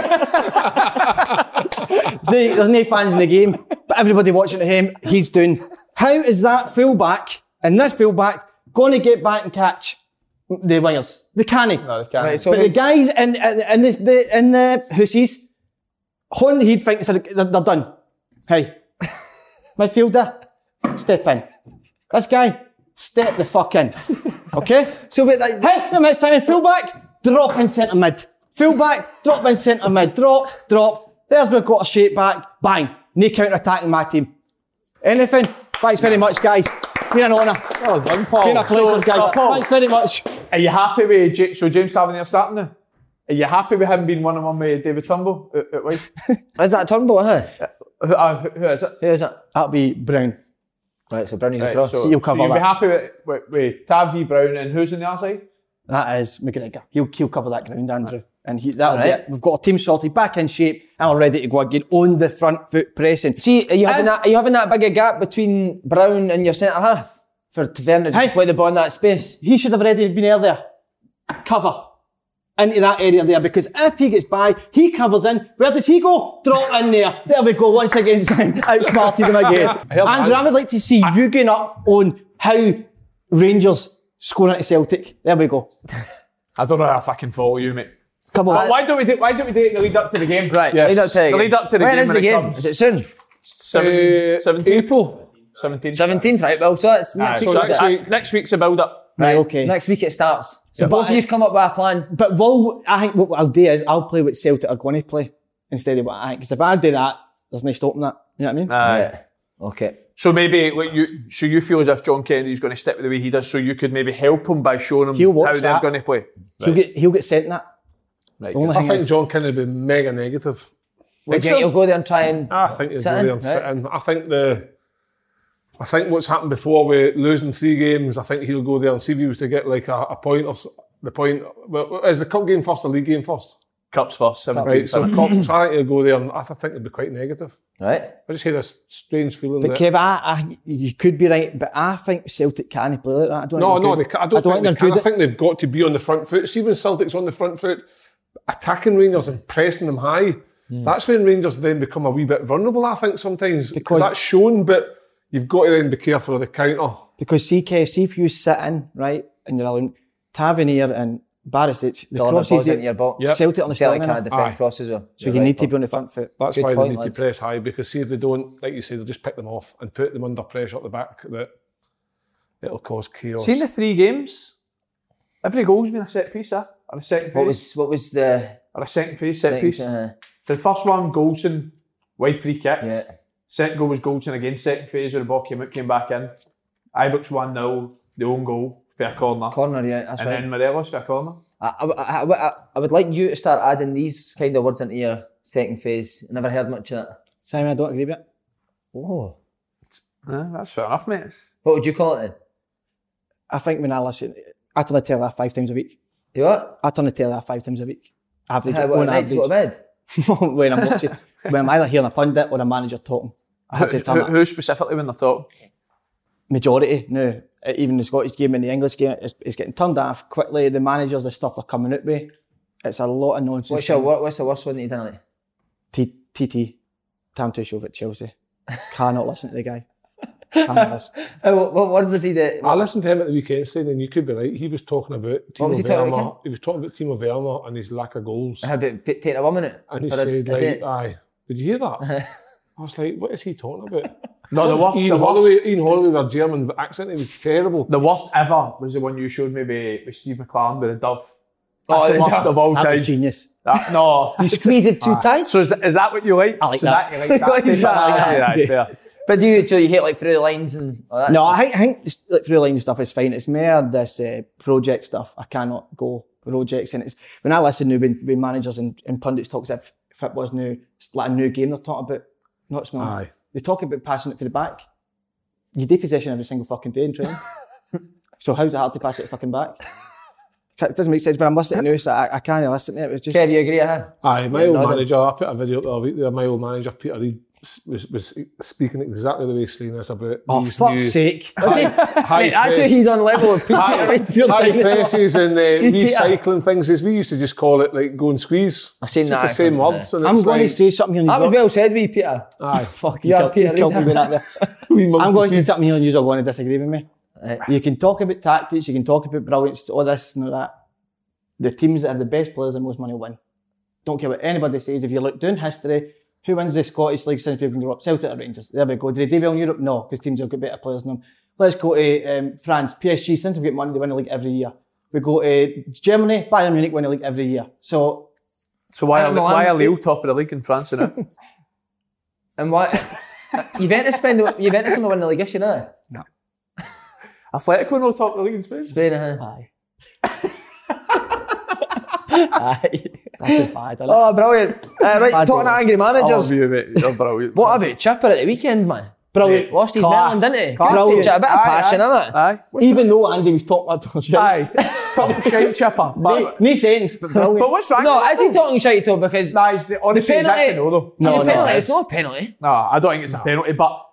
S3: no, there's no fans in the game, but everybody watching at him, he's doing. How is that fullback and this fullback going to get back and catch the wingers? They can't. No, they can't.
S2: Right, so
S3: but
S2: we-
S3: the guys in, in, in the, the in the hussies, Honda he'd think they're, they're done. Hey, midfielder, step in. This guy, step the fuck in. Okay?
S2: So wait, like,
S3: Hey, wait a minute, Simon. Full back, drop in centre mid. Full back, drop in centre mid. Drop, drop. There's we've got a shape back. Bang. No counter attacking my team. Anything? Thanks very much, guys. Been an honour.
S4: Well done, Paul.
S3: Been a pleasure,
S2: Oh,
S4: So, uh,
S3: guys.
S4: Paul,
S3: Thanks very much.
S4: Are you happy with J- so James Tavernier starting now? Are you happy with him being one on one with David Turnbull at, at Wife?
S2: is that Turnbull? Huh?
S4: who, uh, who- who is it?
S2: Who is that?
S3: That'll be Brown.
S2: Right, so Brownie's
S4: Right,
S2: across.
S4: so,
S3: You'll cover
S4: so you'll be
S3: that.
S4: happy with, with, with Tavi Brown and who's on the other side?
S3: That is McGregor. He'll, he'll cover that ground, Andrew. And he, that'll be
S2: Alright.
S3: it. We've got a team sorted, back in shape, and we're ready to go again on the front foot pressing.
S2: See, are you having
S3: If-
S2: that? Are you having that big a gap between Brown and your centre half for Taverna to
S3: Hey.
S2: play the ball in that space?
S3: he should have already been earlier. Cover into that area there because if he gets by, he covers in. Where does he go? Drop in there. There we go. Once again, Sam outsmarted him again. Andrew, I would like to see you going up on how Rangers scoring at Celtic. There we go.
S4: I don't know if I can follow you, mate.
S3: Come on.
S4: why don't we do why don't we do it in the lead up to the game? Right.
S5: Yes.
S2: Lead up to the
S4: The
S2: game.
S4: lead up to the
S2: When
S4: game
S2: is
S4: when
S2: the
S4: it
S2: game?
S4: comes.
S2: Is it soon?
S5: Uh,
S4: Seven, 17.
S5: April.
S4: 17.
S2: Seventeenth, right? Well, so that's
S4: Aye,
S2: next
S4: so
S2: week.
S4: next,
S2: that.
S4: week, next week's a build up.
S3: Right,
S2: Right,
S3: okay.
S2: Next week it starts. So
S3: Yeah,
S2: both
S3: but
S2: of
S3: I-
S2: you come up with a plan.
S3: But will I think what I'll do is I'll play what Celtic are going to play instead of what I think. Because if I do that, there's no stopping that. You know what I mean?
S2: Right. Okay.
S4: So maybe what you so you feel as if John Kennedy's going to stick with the way he does, so you could maybe help him by showing him
S3: He'll watch
S4: how they're
S3: that.
S4: going to play.
S3: He'll get he'll get sent that.
S4: Right,
S3: The only
S5: I
S3: thing
S5: think
S3: is,
S5: John Kenny would be mega negative.
S2: Would you, you'll go there and try and.
S5: I think he's
S2: Sit in,
S5: really
S2: right?
S5: uncertain. I think the I think what's happened before with losing three games, I think he'll go there and see if he was to get like a, a point or s- the point. Well, is the cup game first, the league game first?
S4: Cups first, 17.
S5: Right, so cup, so I think he'll go there and I th- think it'll be quite negative.
S2: Right.
S5: I just had this strange feeling
S3: But
S5: that
S3: Kev, I, I, you could be right, but I think Celtic can play like that. I don't
S5: No,
S3: think
S5: no,
S3: they're
S5: they,
S3: good.
S5: ca- I don't, think, they
S3: they're
S5: can. I
S3: good. at-
S5: think they've got to be on the front foot. See when Celtic's on the front foot, attacking Rangers and pressing them high. That's when Rangers then become a wee bit vulnerable. I think sometimes because
S3: Because-
S5: that's shown, but you've got to then be careful of the counter.
S3: because see, Kev, see if you sit in right in the island. Tavernier and Barisic, the
S2: Deliver
S3: crosses
S2: balls into
S3: that
S2: your box.
S3: Celtic on the
S2: Celtic
S3: starting
S2: can't
S3: lineup.
S2: defend
S5: Aye.
S2: crosses well.
S3: So you need to be on the front foot.
S5: That's
S2: Good
S5: why
S2: point,
S5: they need
S2: lads.
S5: to press high because see if they don't, like you say, they'll just pick them off and put them under pressure at the back. That it'll cause chaos.
S4: Seen the three games, every goal's been a set piece, eh? Or a second
S2: What
S4: phase.
S2: was what was the
S4: Or a second phase, set piece.
S2: uh,
S4: The first one, Goldson, wide free kick.
S2: yeah
S4: Second goal was Goldson again, second phase where the ball came out, came back in. Ibrox 1 0, the own goal, fair corner.
S2: corner? Yeah, that's
S4: and
S2: right.
S4: then Morelos, fair corner.
S2: I, I, I, I, I would like you to start adding these kind of words into your second phase. Never heard much of that.
S3: Simon, I don't agree with it.
S2: Oh,
S4: Yeah, that's fair enough, mate. It's-
S2: what would you call it then?
S3: I think when I listen, I turn the telly off five times a week.
S2: You what?
S3: I turn the telly off five times a week. Average,
S4: Uh,
S2: How about
S3: on
S2: at night to go to
S3: average.
S2: bed?
S3: when I'm watching, when I'm either hearing a pundit or a manager talking, I have to turn
S4: Who,
S3: it.
S4: who specifically when they're top?
S3: Majority now, uh, even the Scottish game and the English game, it's, it's getting turned off quickly. The managers, the stuff they're coming out with, it's a lot of nonsense.
S2: What's your wor- what's the worst one that you done like?
S3: T- TT, Tam Tuchel at Chelsea. Cannot listen to the guy. Cannot listen.
S2: How- Uh, What, what words does he do?
S5: I listened to him at the weekend, saying, and you could be right. He was talking about Timo
S2: was he talking about
S5: Werner. He was talking about Timo Werner and his lack of goals.
S2: How about p- taking a woman out?
S5: And he
S2: for a- Uh-huh.
S5: said,
S2: a
S5: like,
S2: date?
S5: aye, did you hear that? I was like, what is he talking about?
S4: No, the worst, the
S5: Ian
S4: worst,
S5: Holloway, Ian Holloway with a German accent, it was terrible.
S4: the worst ever was the one you showed me with, with Steve McLaren with the dove.
S2: Oh, the
S4: That's the worst
S2: dove.
S4: of all
S3: That
S4: time.
S3: was genius.
S4: That- no.
S2: you squeeze it too tight.
S4: So is, is that what you like? I
S3: like
S4: so
S3: that.
S4: you like that.
S2: Like
S4: Dave?
S2: that.
S4: Aye, aye, fair.
S2: But do you so you hit like through the lines and all that?
S3: No, I think, I think s- like, through line stuff is fine. It's more this uh, project stuff. I cannot go projects, and it's when I listen now when, when managers and, and pundits talks if, if it was new, it's like a new game they're talking about. No, it's not.
S5: Aye.
S3: They talk about passing it for the back. You depossession every single fucking day in training. so how's it hard to pass it fucking back? It doesn't make sense. But I'm listening to this. I, I can't listen to it. It's just
S2: Kev, you agree? Huh?
S5: Aye, my
S2: Yeah,
S5: old
S2: no, I
S5: manager, I put a video up the other week there, my old manager, Peter Reid, s- was, was speaking exactly the way Salinas about
S3: oh
S5: these
S3: fuck's
S5: new
S3: sake.
S5: high
S2: Mate, actually,
S5: press-
S2: he's on level with Peter.
S5: high,
S2: Reid.
S5: high
S2: Dinosaur.
S5: presses and uh,
S2: Peter.
S5: recycling things as we used to just call it like go and squeeze.
S2: I've seen
S5: It's
S2: that,
S5: the same
S2: I think,
S5: words. And
S3: I'm
S5: it's
S3: going
S5: like,
S3: to say something here. and
S2: That
S3: you're-
S2: was well said, wee Peter.
S5: Aye,
S3: Fuck, you
S2: Yeah,
S3: can't,
S2: Peter,
S3: you
S2: read
S3: can't be that. I'm going to say something here and you're going to disagree with me.
S2: Right.
S3: You can talk about tactics, you can talk about brilliance, all this and all that. The teams that have the best players and most money win. Don't care what anybody says. If you look down history, who wins the Scottish League since we've been growing up? Celtic or Rangers? There we go. Did they do well in Europe? No, because teams have got better players than them. Let's go to um, France. PSG, since we've got money, they win the league every year. We go to Germany, Bayern Munich win the league every year. So
S4: So why are,
S2: Inter
S4: why are
S2: Milan.
S4: Lille top of the league in France now?
S2: And what? Juventus spend Juventus on the win the league this year, didn't they?
S4: Atletico no top of the league in Spain?
S2: Spain, uh,
S3: aye. aye. That's a bad, isn't it?
S2: Oh, brilliant! Uh, right, talking to
S3: Bad goal.
S2: angry managers.
S4: you, mate. You're brilliant.
S2: what about Chipper at the weekend, man?
S3: Brilliant.
S2: Lost his
S4: Class.
S2: melon, didn't he?
S4: Class.
S2: Brilliant. A bit of
S4: Aye,
S2: passion, innit?
S4: Aye.
S3: Even though Andy was talking about
S4: Aye. Top shape chipper.
S3: No,
S4: But,
S3: no sense, but brilliant.
S4: but what's wrong
S2: No,
S4: with
S2: is he talking shite though? Because
S4: Nah, it's the, honestly,
S2: The
S4: the
S2: penalty-
S4: penalty. No, though.
S2: See,
S3: No,
S2: the
S3: no,
S2: penalty,
S3: it's-
S2: it's not a penalty.
S4: No, I don't think it's a penalty, but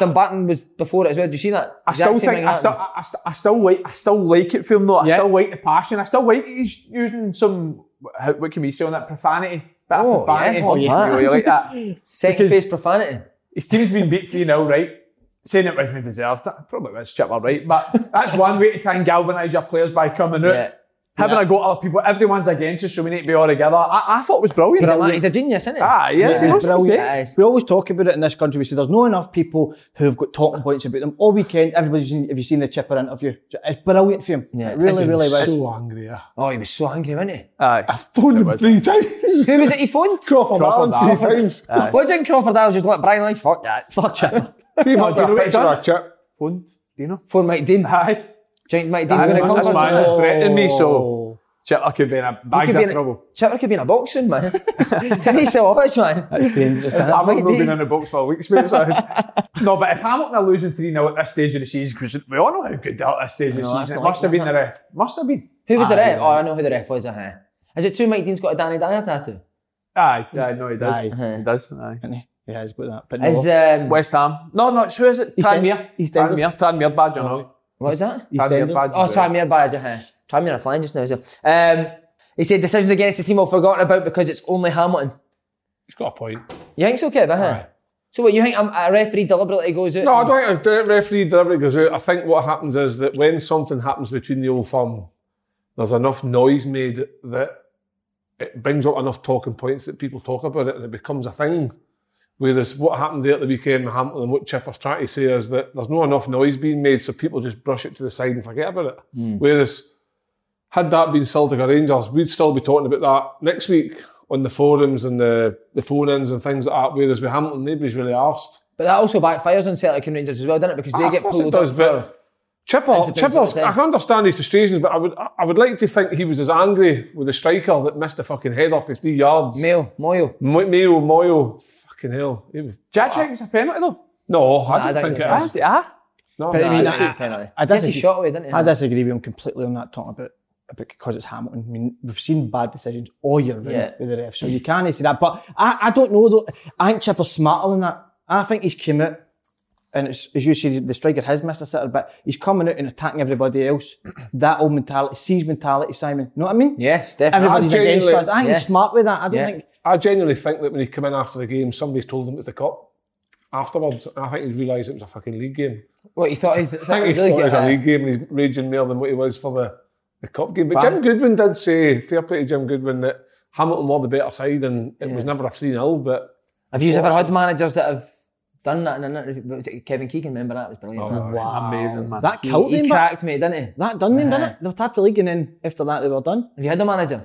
S2: Dumbarton was before it as well. Did you see that?
S4: I still think I still, I, I still I still like I still like it for him though. I
S3: Yeah.
S4: still like the passion. I still like he's using some how, what can we say on that profanity? Bit
S2: Oh,
S4: of profanity.
S2: yes, oh, yeah.
S4: You like that?
S2: second
S4: because-
S2: phase profanity.
S4: His team's been beat 3 0, right? Saying it wasn't deserved. That probably was chipper, right? But that's one way to try and galvanise your players by coming out.
S2: Yeah.
S4: Having a go at other people, everyone's against us, so we need to be all together. I, I thought it was brilliant.
S2: He's a, man, he's a genius, isn't he?
S4: Ah, yes, he was
S3: Brilliant.
S4: great.
S2: Yes.
S3: We always talk about it in this country. We say there's not enough people who have got talking points about them all weekend. Everybody's seen, have you seen the Chipper interview? It's brilliant for him.
S2: Yeah.
S3: it really, really
S5: I'm
S3: was.
S5: so angry. Yeah.
S2: Oh, he was so angry, wasn't he?
S4: Aye.
S5: Phoned him three times.
S2: Who was it he phoned?
S5: Crawford Allen
S4: Allen.
S5: three times.
S2: Fudging Crawford Allen was just like, Brian, like, fuck that.
S3: Fuck Chipper.
S5: He
S4: Oh, do you know
S5: a
S4: what he
S5: picture
S4: done?
S5: of Chip.
S4: Phone, do you know?
S2: Phone Mike Dean.
S4: Aye.
S2: Giant Mike Dean's
S4: Aye,
S2: going to
S4: man,
S2: come
S4: this
S2: for
S4: man
S2: us.
S4: is threatening me,
S3: Oh.
S4: so Chipper could be in a
S2: He
S4: bag
S2: could be
S4: of
S2: in a,
S4: trouble.
S2: Chipper could be in a box soon, man. he's so rubbish, man.
S3: That's dangerous. isn't it?
S4: I'm
S2: Might
S4: not been
S2: be.
S4: in the box for weeks, mate. So. no, but if Hamilton are losing nou, 3 0 at this stage of the season, because we all know how good they are at this stage of the
S2: know, that's
S4: season, it
S2: not
S4: must have
S2: like-
S4: been the ref. Must have been.
S2: Who was the
S4: Aye,
S2: ref?
S4: aye.
S2: Oh, I know who the ref was. Uh-huh. Is it true Mike Dean's got a Danny Dyer tattoo?
S4: Aye, yeah, no, he does.
S3: Aye.
S4: He does. Aye.
S3: Yeah, he's got that. But
S2: Is,
S3: no,
S2: um,
S4: West Ham. No, no, it's who is it?
S3: East End-
S4: Tranmere.
S3: East Enders.
S4: Tranmere. Tranmere badge, I know.
S2: what is that?
S4: Tranmere
S3: EastEnders.
S4: badge.
S2: Oh, Tranmere badge, uh-huh. Tranmere are flying just now. So. Um, he said decisions against the team are forgotten about because it's only Hamilton.
S5: He's got a point.
S2: You think so, Kev? Uh-huh. So what, you think um, a referee deliberately goes out?
S5: No, I
S2: and-
S5: don't think a de- referee deliberately goes out. I think what happens is that when something happens between the old firm, there's enough noise made that it brings up enough talking points that people talk about it and it becomes a thing. Whereas what happened there at the weekend in Hampton and what Chipper's trying to say is that there's not enough noise being made, so people just brush it to the side and forget about it. Whereas had that been Celtic or Rangers, we'd still be talking about that next week on the forums and the, the phone-ins and things like that, whereas with Hampton, nobody's really asked.
S2: But that also backfires on Celtic and Rangers as well, doesn't it? Because they
S5: Ah,
S2: get
S5: of course it
S2: pulled
S5: does,
S2: up
S5: but
S2: for-
S5: Chipper,
S2: It's a thing
S5: Chipper's,
S2: sort of
S5: I
S2: thing.
S5: can understand his frustrations, but I would, I would like to think he was as angry with the striker that missed the fucking header 50 yards.
S2: Mayo, Moyo.
S5: Mo- Mayo, Moyo, fucking hell. He was-
S4: Jack think it's a penalty though.
S5: No, I
S2: I
S5: don't
S2: don't
S5: think
S2: think
S5: it
S4: Aye,
S5: is.
S4: aye.
S5: No,
S3: But I mean,
S5: no,
S3: I-
S2: penalty.
S3: I
S2: Yes, he
S3: disagree-
S2: shot away, didn't he?
S3: I disagree with him completely on that talking about, about because it's Hamilton. I mean, we've seen bad decisions all year round
S2: Yeah.
S3: with the ref, so you can't say that. But I, I don't know though. I think Chipper's smarter than that. I think he's came out, and it's, as you see, the striker has missed a sitter, but he's coming out and attacking everybody else. that old mentality, sees mentality, Simon. You know what I mean?
S2: yes, definitely.
S3: Everybody's
S5: I
S3: against
S5: genuinely-
S3: us. I think
S2: yes.
S3: he's smart with that. I don't
S2: Yeah.
S3: think.
S5: I genuinely think that when he came in after the game, somebody's told him it's the cup afterwards. And I think he realised it was a fucking league game.
S2: What, you thought he
S5: I think he
S2: really Uh-huh.
S5: thought it was
S2: get
S5: a
S2: a-
S5: league game and he's raging more than what he was for the, the cup game. But Jim Goodwin did say, fair play to Jim Goodwin, that Hamilton were the better side and it was never a 3 0, but.
S2: Have you ever had managers that have done that in an interview? What Was it Kevin Keegan, remember that? It was
S5: Oh,
S2: brilliant.
S3: Wow.
S4: Oh, Amazing man.
S3: That
S2: He,
S3: killed
S2: he
S3: him, but
S2: cracked me, didn't he?
S3: that done them, didn't
S2: Aye.
S3: it? They were tapped the league, and then after that, they were done.
S2: Have you had a manager?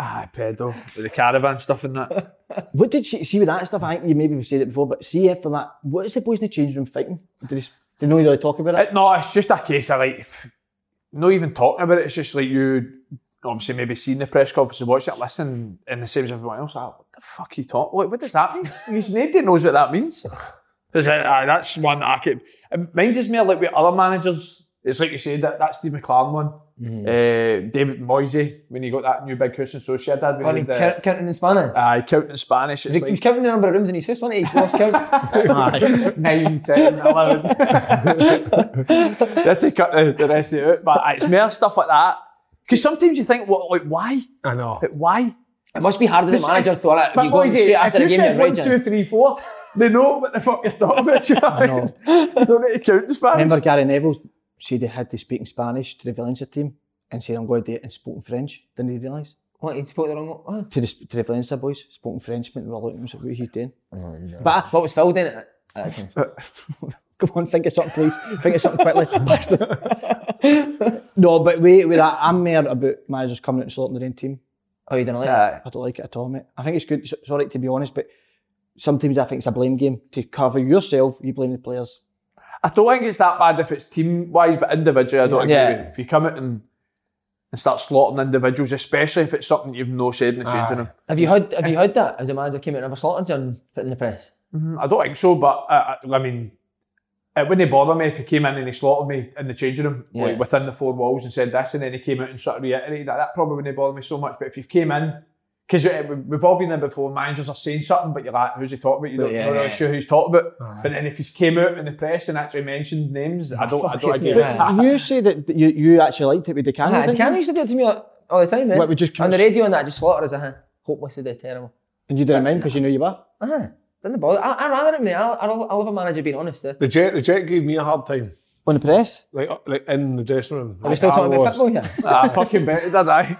S4: Aye, pedo. With the caravan stuff and that.
S3: What did she see with that stuff? I think you maybe we said it before, but see after that, what is the boys in the change room fighting? Did they, did nobody really talk about it?
S4: It- no, it's just a case of like, f- not even talking about it. It's just like you obviously maybe seen the press conference and watched it, listen, and the same as everyone else. Like, what the fuck are you talking? Like, what does that mean? You just- Nobody knows what that means. 'Cause, uh, aye, that's one that I could. it- Mine's is more like with other managers. It's like you said that that Steve McLaren one, uh, David Moisey when he got that new big cushion social dad. when
S2: On
S4: he
S2: him
S4: did the-
S2: count- counting in Spanish.
S4: Aye, counting in Spanish.
S2: he
S4: It's
S2: he
S4: like,
S2: was counting the number of rooms in his house, wasn't he? He lost count.
S4: nine, ten, eleven. they take up the, the rest of it out, but aye, it's more stuff like that. Because sometimes you think, well, like, why?
S5: I know.
S4: Like, why?
S2: it must be hard as a manager to allow
S4: But
S2: you go
S4: Moisey,
S2: straight after
S4: if
S2: the
S4: you
S2: game
S4: said
S2: and
S4: one,
S2: rage.
S4: two, three, four, they know what the fuck you're talking about. You know? what I mean? You don't need to count in Spanish.
S3: Remember Gary Neville's say they had to speak in Spanish to the Valencia team and say, I'm going to do it in spoken French. Didn't they realise?
S2: What, he spoke the wrong oh,
S3: To the, to the Valencia boys, spoken French, but they were looking, what are you doing?
S2: Oh, But what was Phil doing at at that time?
S3: Come on, think of something, please. Think of something quickly. Bastard. no, but wait, with that, I'm more about managers coming out and sorting their own team.
S2: Oh, you didn't like that?
S3: I don't like it at all, mate. I think it's good. It's, it's all right to be honest, but sometimes I think it's a blame game to cover yourself. You blame the players.
S4: I don't think it's that bad if it's team wise, but individually, I don't
S2: Yeah.
S4: agree. with you. If you come out and, and start slaughtering individuals, especially if it's something you've no said in the changing room.
S2: Have you heard? Have you heard that? As a manager came out and ever slaughtered you and put in the press.
S4: I don't think so, but uh, I, I mean, it wouldn't bother me if he came in and he slaughtered me in the changing room,
S2: Yeah.
S4: like within the four walls, and said this, and then he came out and sort of reiterated that. That probably wouldn't bother me so much. But if you came in, because we've all been there before, managers are saying something, but you're like, who's he talking about? You don't,
S2: Yeah,
S4: you're not
S2: yeah.
S4: really sure who's talking about. But then if he's came out in the press and actually mentioned names, I don't, I don't agree. with that.
S3: But you say that you, you actually liked it with the camera.
S2: Ah, the camera used to do it to me all, all the time, man.
S3: What, we just-
S2: on the radio and that, just slaughter us. Uh-huh. Hopelessly, they're terrible.
S3: and you didn't mind because you knew you were.
S2: Uh-huh. Didn't bother. I, I rather it, mate. I, I, I love a manager being honest. Eh?
S5: The jet, the jet gave me a hard time,
S3: On the press?
S5: like uh, like in the dressing room.
S2: Are we still talking about football here?
S4: I fucking bet it, did I?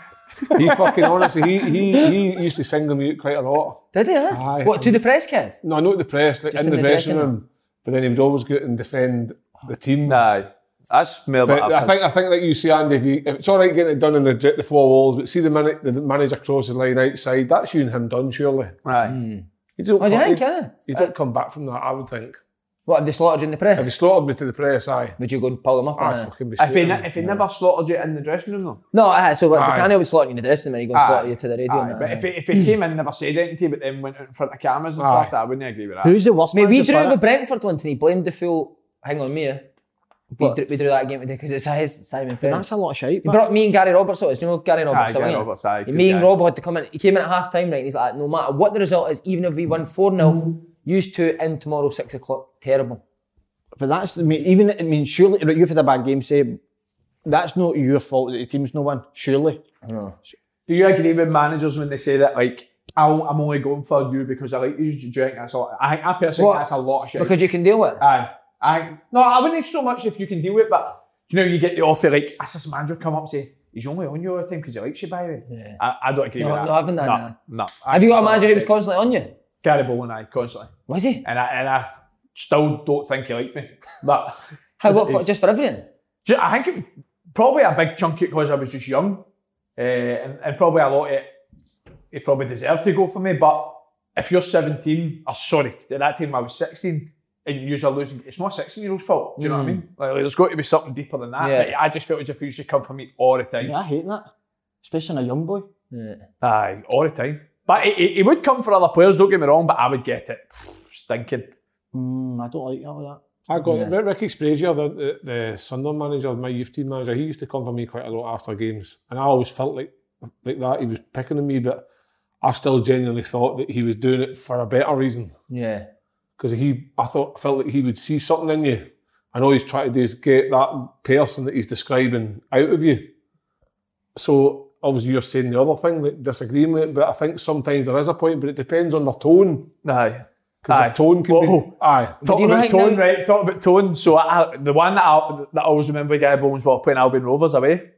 S5: He fucking honestly, he he he used to single me out quite a lot.
S2: Did he? Huh?
S5: Aye.
S2: What to the press, Kev?
S5: No, not the press, like
S2: Just
S5: in, the, dressing room. But then he would always go out and defend the team.
S4: Nah, that's more
S5: But
S4: about
S5: I think I think like you see Andy, if, you, if it's all right getting it done in the, dr- the four walls, but see the minute the manager crosses the line outside, that's you and him done surely.
S4: Right.
S5: You don't,
S2: What do you
S5: come-
S2: think? Eh?
S5: you don't come back from that. I would think.
S2: What have they slaughtered you in the press?
S5: If he slaughtered me to the press, aye,
S2: Would you go and pull them up?
S5: I
S2: on a-
S5: fucking be.
S4: If he,
S5: shooting
S4: ne-
S5: him.
S4: if he never slaughtered you in the dressing room, though.
S2: No, aye, so like,
S5: Aye.
S2: the panel would slaughter you in the dressing room and he'd go and slaughter you to the radio.
S4: Aye,
S2: and that,
S4: but if
S2: aye.
S4: he, if he came in and never said anything to you, but then went out in front of cameras and
S5: Aye.
S4: stuff, I wouldn't agree with that.
S3: Who's the worst
S2: Mate, we
S3: manager
S2: drew
S3: for
S2: with
S3: it?
S2: Brentford once and he blamed the full. Hang on, me. eh? We
S3: What?
S2: drew, we drew that game today because it's his Simon Ferris.
S3: That's a lot of shite.
S2: He
S3: man.
S2: brought me and Gary Roberts out. Do you know Gary Roberts? the
S4: Gary
S2: winger?
S4: Roberts, aye, good
S2: me and
S4: guy.
S2: Rob had to come in. He came in at half time, right? And he's like, no matter what the result is, even if we win 4
S4: Mm-hmm.
S2: 0, use two in tomorrow, 6 o'clock. Terrible.
S3: But that's I mean, even I mean, surely right, you've had a bad game. Say that's not your fault that the team's no one. Surely,
S4: Do you agree with managers when they say that, like, I'll, I'm only going for you because I like you? Do you think that's a lot? I, I personally
S2: What?
S4: think that's a lot of shit.
S2: Because you can deal with it.
S4: Aye. Aye. No, I wouldn't so much if you can deal with it, but you know, you get the offer like, assistant manager come up and say, he's only on you all the time because he likes you, by the way. Yeah. I, I don't agree
S2: No,
S4: with that.
S2: no, I haven't done
S4: no,
S2: that.
S4: No.
S2: Have you got a manager who was constantly on you?
S4: Gary Bowen, I constantly.
S2: Was he?
S4: And I, and I still don't think he liked me. But
S2: How what for, just for everything?
S4: ju- I think it, probably a big chunk of it because I was just young. Uh, and, and probably a lot of it, he probably deserved to go for me. But if you're 17, or sorry, at that time I was 16, and you're losing, it's not a 16 year old's fault. Do you know what I mean? Like, there's got to be something deeper than that.
S2: Yeah.
S4: Like, I just felt as if you should come for me all the time.
S3: yeah, I hate that, especially on a young boy.
S4: Aye, all the time. But he- he, he would come for other players, don't get me wrong, but I would get it. Stinking.
S3: Mm, I don't like all that.
S5: I got Ricky Sprazier, the, the, the Sunderland manager, my youth team manager. He used to come for me quite a lot after games, and I always felt like like that. He was picking on me, but I still genuinely thought that he was doing it for a better reason
S2: Yeah.
S5: because he, I thought, felt like he would see something in you, and all he's trying to do is get that person that he's describing out of you. So obviously, you're saying the other thing, like disagreeing with it, but I think sometimes there is a point, but it depends on the tone.
S4: Aye.
S5: Because
S4: Aye.
S5: the tone can
S4: Whoa.
S5: be aye.
S4: Talk
S2: you know,
S4: about
S2: like,
S4: tone,
S2: now-
S4: right? Talk about tone. So I, I- the one that I, that I always remember, Guy Bowman's while playing Albion Rovers away.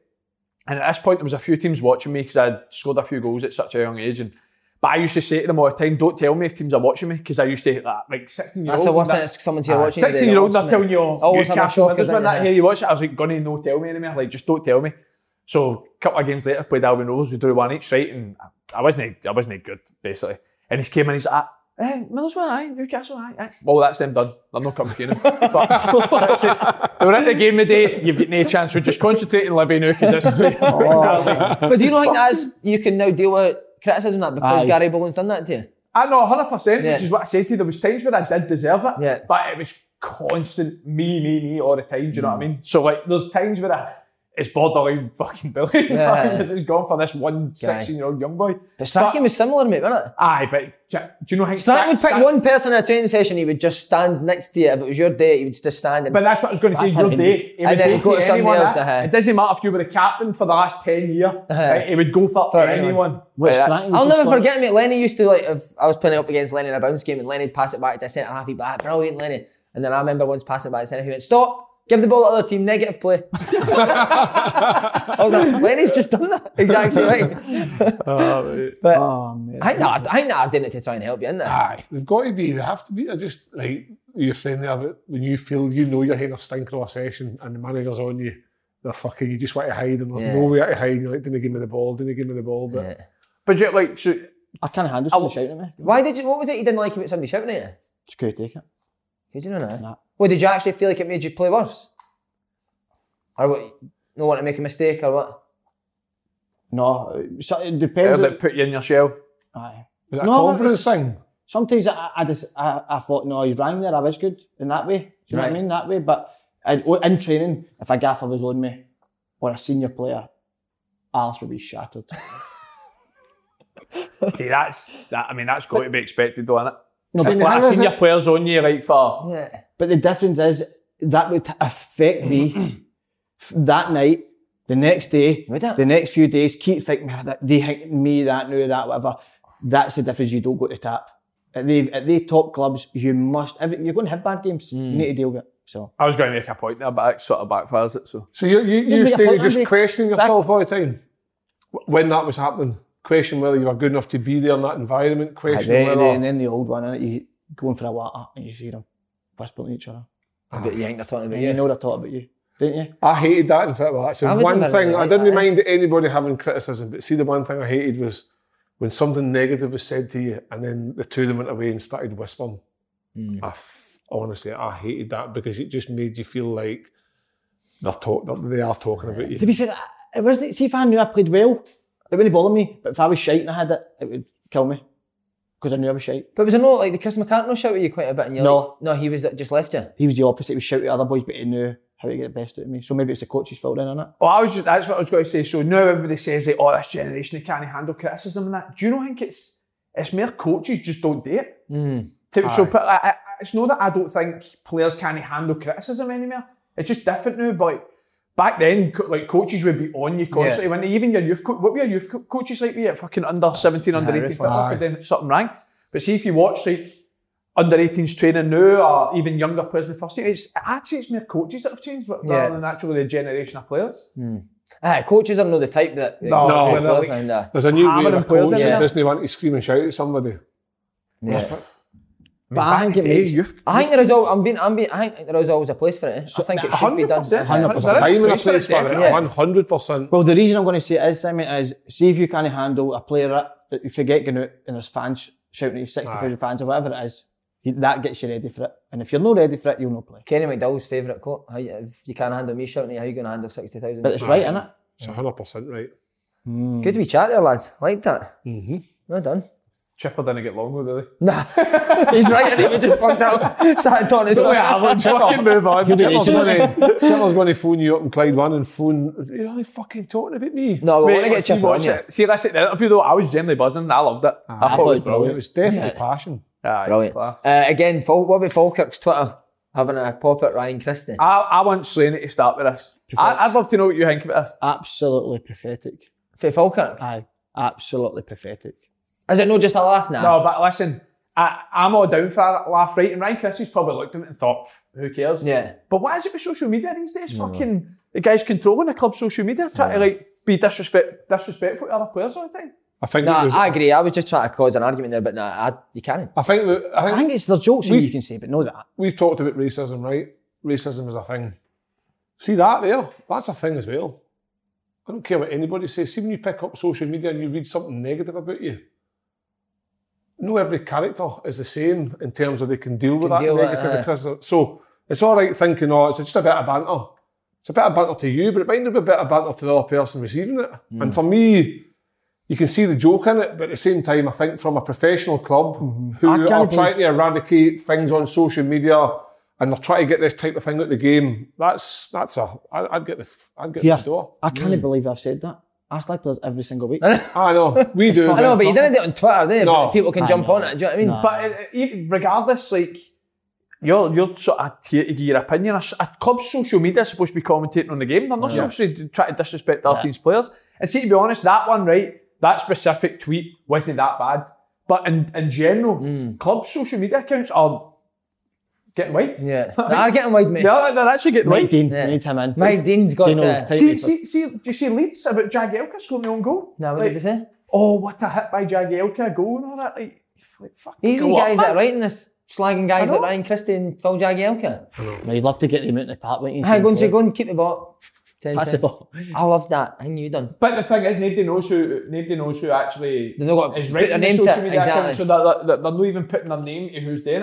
S4: And at this point, there was a few teams watching me because I'd scored a few goals at such a young age. And but I used to say to them all the time, "Don't tell me if teams are watching me,because I used to like, like sixteen year old.
S2: That's the worst thing. It's someone's here watching. you today,
S4: 16 year old,
S2: they're
S4: they're telling you,
S2: watching it. Always
S4: you
S2: have a
S4: can't
S2: shocker.
S4: this
S2: don't
S4: one, that
S2: you?
S4: here, you watch it. I was like, Gunny, no, tell me anymore. Like, just don't tell me. So, a couple of games later, played Albion Rovers, we drew one each, right? And I- I wasn't, I wasn't good, basically. And he came in, he's like, eh, Middlesbrough, aye, Newcastle, aye, aye. Well, that's them done. I'm not coming to you now. Fuck. That's it. They were at the game today, you've got no chance, so just concentrate and live now, because this is
S2: Oh.
S4: I was like,
S2: But do you know think that's you can now deal with criticism that because
S3: Aye.
S2: Gary Bowen's done that to you?
S4: I know, 100%,
S2: Yeah.
S4: which is what I said to you. There was times where I did deserve it,
S2: Yeah.
S4: but it was constant me, me, me all the time. Do you know
S2: Mm.
S4: what I mean? So, like, there's times where I, it's borderline fucking brilliant.
S2: Yeah.
S4: I'm just going for this one 16 year old young boy.
S2: But Strachan was similar, mate, wasn't it?
S4: Aye, but do do you know how
S2: Strachan would pick one person at a training session, he would just stand next to you. If it was your day, he would just stand and
S4: But that's what I was going to say.
S2: That's
S4: Your
S2: horrendous.
S4: day, he
S2: And
S4: would
S2: then
S4: go
S2: go to
S4: to
S2: somebody
S4: anyone.
S2: else,
S4: eh?
S2: uh-huh.
S4: It doesn't matter if you were the captain for the last ten year. right? He would go for,
S2: For anyone.
S4: anyone.
S3: What's that?
S4: Right, that's-
S3: You
S2: I'll
S3: just
S2: never
S3: like-
S2: forget, mate. Lenny used to like if I was playing up against Lenny in a bounce game, and Lenny'd pass it back to the centre half. He'd be like, "Ah, "Brilliant, Lenny!" And then I remember once passing it back to the centre, he went, "Stop! Give the ball to the other team, negative play. I was like, Lenny's just done that. Exact same thing. but I, think that, I think that are doing it to try and help you, isn't it?
S5: Aye, Ah, they've got to be. They have to be. I just like you're saying there, but when you feel you know you're having a stinker of a session and the manager's on you, they're fucking. You just want to hide, and there's
S2: Yeah.
S5: nowhere to hide. You're like, didn't they give me the ball? Didn't they give me the ball? But
S2: Yeah.
S4: But you, like, so,
S3: I can't handle someone shouting at me.
S2: Why did you? What was it you didn't like about somebody shouting at
S3: Just couldn't take it.
S2: you? Did you know that?
S3: Nah.
S2: Well, did you actually feel like it made you play worse? Or what? No want to make a mistake or what?
S3: No, so it
S4: or
S3: depends.
S4: that put you in your shell.
S3: Aye.
S5: is it a
S3: No,
S5: confidence
S3: it's-
S5: thing?
S3: Sometimes I, I just I, I thought, no, you rang there. I was good in that way. Do you know what
S2: Right.
S3: I mean? That way, but in, oh, in training, if a gaffer was on me or a senior player, Alice would be shattered.
S4: See, that's that. I mean, that's got to be expected, though, innit?
S3: No,
S4: If
S3: but,
S4: like,
S3: the
S4: I've
S3: thing
S4: seen
S3: is-
S4: your players on you, like, for
S2: Yeah.
S3: but the difference is that would affect me f- that night. The next day,
S2: Would it?
S3: the next few days, keep thinking "Ah, that they think me that now that whatever. That's the difference. You don't go to tap. At the at the top clubs, you must. Every, you're going to have bad games. You need to deal with it. So
S4: I was going to make a point there, but it sort of backfires it. So
S5: So you you, you
S3: make a
S5: stay
S3: point,
S5: just
S3: Andy.
S5: questioning yourself all the time Wh- when that was happening. Question whether you were good enough to be there in that environment.
S3: and
S5: Question
S3: then,
S5: whether
S3: and then the old one, innit, you going for a water and you hear them whispering at each other.
S2: But you think they're talking about
S3: And you
S2: you.
S3: know what I thought about you, didn't you?
S5: I hated that in football. That's the
S2: I was
S5: one
S2: never
S5: thing
S2: really
S5: I
S2: like
S5: didn't
S2: that, eh?
S5: mind anybody having criticism, but see, the one thing I hated was when something negative was said to you, and then the two of them went away and started whispering. I f- honestly, I hated that because it just made you feel like they're talk- they're- they are talking about
S3: To
S5: you.
S3: be fair, I- it wasn't. See, if I knew I played well, it wouldn't bother me. But if I was shite and I had it, it would kill me because I knew I was shite.
S2: But was it not like the Chris McCartney shout at you quite a bit? And you're
S3: No.
S2: like- no, he was just left you.
S3: He was the opposite. He was shouting at other boys, but he knew how to get the best out of me. So maybe it's the coach's fault then, innit?
S4: Well, Oh, I was just, that's what I was going to say. So now everybody says that, oh, this generation they can't handle criticism and that. Do you know? I think it's it's mere coaches just don't do it. To- So but I, I, it's not that I don't think players can't handle criticism anymore. It's just different now. But back then, co- like coaches would be on you constantly. When they- even your youth, co- what were your youth co- coaches like? Were you at fucking under seventeen, under eighteen, football for them something wrong. But see if you watch like. Under 18s training now, or even younger players in the first team. It's, I'd say it's mere coaches that have changed rather
S2: Yeah.
S4: than actually the generation of players.
S2: Aye, coaches are not the type that.
S4: No,
S2: that
S5: no,
S2: players
S4: they're
S2: now, nah.
S5: There's a new wave
S4: Hammering
S5: of
S4: players
S5: coach
S4: in
S5: that
S2: there.
S5: doesn't want to scream and shout at somebody.
S2: Yeah.
S3: But I think it makes
S2: I think there is all. I'm being. I'm being. I think there is always a place for it. I think it should be done.
S4: 100%.
S5: There's a time and a
S4: Place for it,
S5: place for it,
S4: definitely.
S5: 100%.
S3: Well, the reason I'm going to say it is, Simon, is see if you can't handle a player that- that you forget going out and there's fans shouting at you, 60,000 fans or whatever it is, you- that gets you ready for it. And if you're not ready for it, you'll not play.
S2: Kenny McDowell's favourite quote: how you, "If you can't handle me shouting, at you, how you going to handle sixty thousand? Mm.
S3: But it's right, isn't it?
S5: It's 100% right.
S2: Good wee chat there, lads. Like that. Mm-hmm. Well done.
S4: Chipper didn't get long though, did he?
S2: Nah, he's right. I think we just fucked out. Started talking. his-
S5: Oh, fucking move on. Chipper's going, to, Chipper's going to phone you up in Clyde One and phone. You're only fucking talking about me.
S2: No, we
S4: Mate,
S2: want to get
S4: see,
S2: Chipper on
S4: watch
S2: you.
S4: it. See, that's it. The interview though, I was generally buzzing. I loved it. I thought it was
S5: It
S4: brilliant.
S5: was definitely Ah, passion.
S4: Aye,
S2: Brilliant.
S4: class.
S2: Uh, again, Fal- what about Falkirk's Twitter having a pop at Ryan Christie?
S4: I, I want Slaney to start with this. I, I'd love to know what you think about
S5: Ah.
S4: this.
S3: Absolutely pathetic.
S2: For Falkirk,
S3: Aye, absolutely pathetic.
S2: is it not just a laugh now?
S4: No, but listen, I, I'm all down for that laugh, right? And Ryan Christie's probably looked at it and thought, who cares?
S2: Yeah.
S4: But why is it with social media these days? Fucking the guys controlling the club's social media, trying to like be disrespect, disrespectful to other players all the time.
S5: I think
S2: Nah,
S5: it was,
S2: I agree. I was just trying to cause an argument there, but nah, I, you can't.
S5: I think we, I
S3: I
S5: think
S3: think it's there's jokes that you can say, but know that.
S5: we've talked about racism, right? Racism is a thing. See that there? That's a thing as well. I don't care what anybody says. See when you pick up social media and you read something negative about you. No, every character is the same in terms of they can deal with
S2: Can
S5: that
S2: deal with it,
S5: negative
S2: aye.
S5: criticism. So it's all right thinking, oh, it's just a bit of banter. It's a bit of banter to you, but it might not be a bit of banter to the other person receiving it.
S2: Hmm.
S5: And for me, you can see the joke in it, but at the same time, I think from a professional club
S2: Mm-hmm.
S5: who
S3: I
S5: are
S3: can't
S5: trying
S3: believe-
S5: to eradicate things on social media and they're trying to get this type of thing out the game, that's that's a I, I'd get the I'd get
S3: Yeah,
S5: the door.
S3: I can't
S2: Mm.
S3: believe I've said that. I slap players every single week.
S5: I know we do.
S2: I know, but you didn't do it on Twitter, did you?
S5: No.
S2: But people can
S3: I
S2: jump
S3: know.
S2: on it. Do you know what I mean?
S3: Nah.
S4: But it, it, even regardless, like you're you're sort of here to give your opinion. A, s- a club's social media is supposed to be commentating on the game. They're not supposed to try to disrespect the other team's players. And see, to be honest, that one right, that specific tweet
S2: Hmm.
S4: wasn't that bad. But in in general, club social media accounts are Getting wide.
S2: Yeah. They are getting wide, mate.
S4: They are, they're actually getting
S3: Mike
S4: wide.
S3: Dean,
S2: Yeah.
S3: we need him in.
S2: Mike Dean's got uh,
S3: Dino,
S2: to-
S3: take
S4: See,
S3: it.
S4: see, see, do you see Leeds about Jagielka scoring the own goal?
S2: Now, what
S4: Like,
S2: did they say?
S4: Oh, what a hit by Jagielka, goal and all that. Like, like fuck.
S2: These are the
S4: go up,
S2: guys that
S4: man.
S2: are writing this, slagging guys
S4: I
S2: like
S4: know.
S2: Ryan Christie and Phil Jagielka.
S3: No, you'd love to get him out in the park, wouldn't you?
S2: Hang on, so go and keep the ball. Ten,
S3: Pass the
S2: ten.
S3: ball.
S2: I love that. I knew you done.
S4: But the thing is, nobody knows who nobody knows who actually
S2: They've not got to
S4: is
S2: put
S4: right
S2: their
S4: in the
S2: name to
S4: social
S2: it,
S4: media
S2: exactly. Mm-hmm.
S4: account, so that, that, that they're not even putting their name to who's doing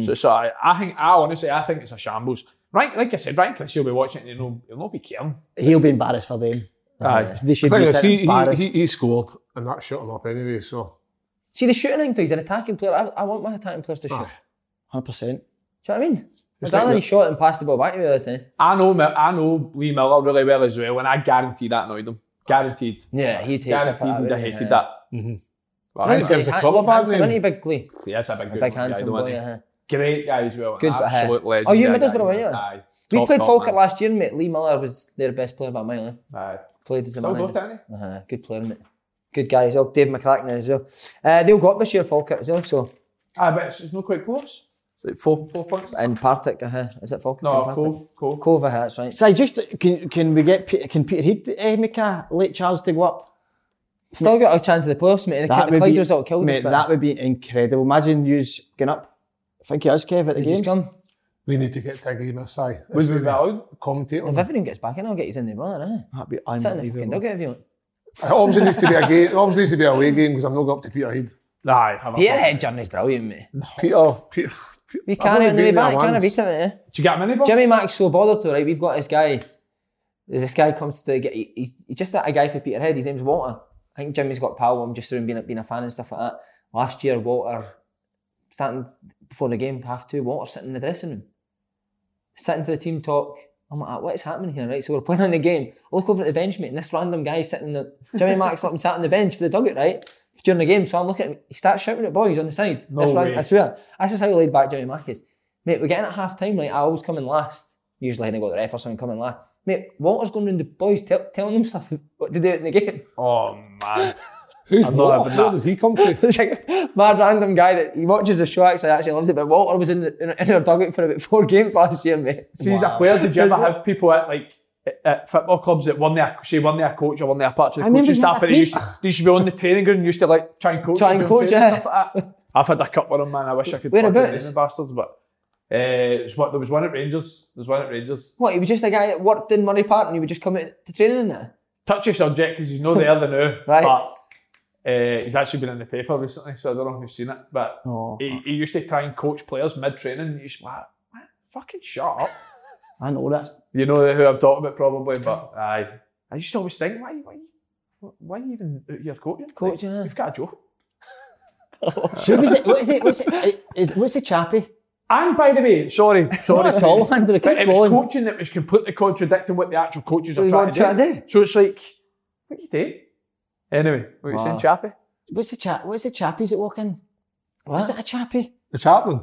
S4: it. So, so I, I think I honestly I think it's a shambles. Right, like I said, Ryan Chris will be watching it and he'll, he'll not be caring.
S3: He'll be embarrassed for them.
S4: Aye.
S3: They
S5: The
S3: should
S5: thing
S3: be
S5: is,
S3: sitting
S5: he, he,
S3: embarrassed.
S5: he, he scored, and that shut him up anyway, so.
S2: See the shooting angle, he's an attacking player. I, I want my attacking players to
S3: Ah,
S5: ah,
S2: shoot. Do
S3: 100%.
S2: you know what I mean? I'd
S5: like
S2: rather he
S5: the-
S2: shot and passed the ball back to the other time.
S4: I know Mi- I know Lee Miller really well as well, and I guarantee that annoyed him. Guaranteed.
S2: Yeah, he takes it.
S4: guaranteed he'd have hated that. But I
S2: I
S4: think
S2: think
S5: Handsome.
S4: it's
S2: he's
S5: a
S2: a
S5: club bag,
S2: handsome,
S5: then.
S2: isn't he? Big Glee.
S4: yeah, it's a big,
S2: A
S4: good
S2: big
S4: guy,
S2: handsome
S4: don't
S2: boy.
S4: he?
S2: uh-huh.
S4: Great guy as well.
S2: Good,
S4: Good,
S2: but, uh,
S4: absolute legend.
S2: oh, you
S4: yeah,
S2: Middlesbrough,
S4: yeah,
S2: weren't you?
S4: Aye.
S2: We
S4: Top,
S2: played
S4: top
S2: Falkirk
S4: man.
S2: last year, mate. Lee Miller was their best player by a mile. eh?
S4: Aye.
S2: Played as a
S4: Still
S2: manager.
S4: got it,
S2: Uh-huh. Good player, mate. Good guy as well. Dave McCracken as well. Uh, they'll go up this year, Falkirk as well. So
S4: Aye, but it's, it's not quite close. It's like four, four points.
S2: and Partick, uh-huh. is it Falkirk?
S4: No,
S2: and Partick?
S4: Cove, Cove.
S2: Cove, uh-huh, that's right.
S3: So just can can we get Pe- can Peter Heed eh, make a late charge to go up?
S2: Still got a chance of the playoffs, mate. and The Clyde result killed
S3: mate,
S2: us, but
S3: that would be incredible. Imagine yous going up. I think he is Kev at the
S2: they just
S3: games.
S2: come.
S5: We need to get Tiggy Masai.
S4: Would we be allowed?
S5: commentate on
S2: If
S5: him.
S2: everyone gets back in, I'll get you in the brother, eh?
S3: That'd
S2: Sit
S3: be
S2: in the fucking
S3: unbelievable.
S2: dugout if you want.
S5: It obviously needs to be a game. It obviously needs to be a away game because I'm not going up to Peterhead.
S4: Aye, have a
S2: Peter Head journey's brilliant, mate.
S5: Peter, Peter. Peter
S2: We can't on the way back, can't beat him, eh?
S4: Do you get a minibus?
S2: Jimmy Mack's so bothered to, right? We've got this guy. There's this guy comes to get. he- He's, he's just that a guy for Peterhead. His name's Walter. I think Jimmy's got a pal with him just through him being, a- being a fan and stuff like that. Last year, Walter, starting before the game, half two, Walter sitting in the dressing room, sitting for the team talk. I'm like, what is happening here, right? So we're playing on the game. I look over at the bench, mate, and this random guy sitting in the. Jimmy Mack's up and sat on the bench for the dugout, right? During the game. So I'm looking at him. He starts shouting at boys on the side.
S4: No
S2: This ran-
S4: way.
S2: I swear. That's just how laid back Jimmy Mack is. Mate, we're getting at half time, right? I always come in last. Usually, I go to the ref or something, come in last. Mate, Walter's going round the boys tell, telling them stuff what to do in the game.
S4: Oh, man.
S5: Who's
S4: I'm not
S5: Walter?
S4: having
S5: Where
S4: that.
S5: did he come to?
S2: It's like mad random guy that he watches the show actually actually loves it. But Walter was in the, in, in our dugout for about four games last year, mate.
S4: See, as a player, did you ever have people at like at- at football clubs that won their say won their coach or won their part of
S3: I
S4: the
S3: remember
S4: coaching
S3: you had
S4: staff
S3: that
S4: and they used, they used to be on the training ground and used to like try and coach
S2: Try
S4: them
S2: and
S4: during
S2: coach,
S4: training
S2: yeah.
S4: and stuff like that. I've had a couple of them man I wish I could
S2: Whereabouts?
S4: fucking name the bastards but uh, it was what there was one at Rangers there was one at Rangers
S2: What, he was just a guy that worked in Murray Park and he would just come out to training and that?
S4: touchy subject because he's no there than now
S2: Right.
S4: but uh, he's actually been in the paper recently so I don't know if you've seen it but
S3: Oh,
S4: he, he used to try and coach players mid training you just like "Man, fucking shut up
S3: I know that.
S4: You know who I'm talking about probably, but aye. I used to always think, why, why, why are you even out here coaching?
S2: Coaching,
S4: Like,
S2: aye.
S4: you've got a job.
S3: Who was it? What is it? What's it? Is, what's the chappy?
S4: And by the way, sorry, sorry,
S3: Not at all, Andrew. Keep
S4: but it was
S3: going.
S4: coaching that was completely contradicting what the actual coaches are
S2: What
S4: trying
S2: you
S4: to,
S2: want
S4: do.
S2: to do?
S4: So it's like, what are you doing? Anyway, what were you saying, Chappy?
S3: What's the chap? What's the chappies that walk in? Is it a chappy?
S5: The chaplain.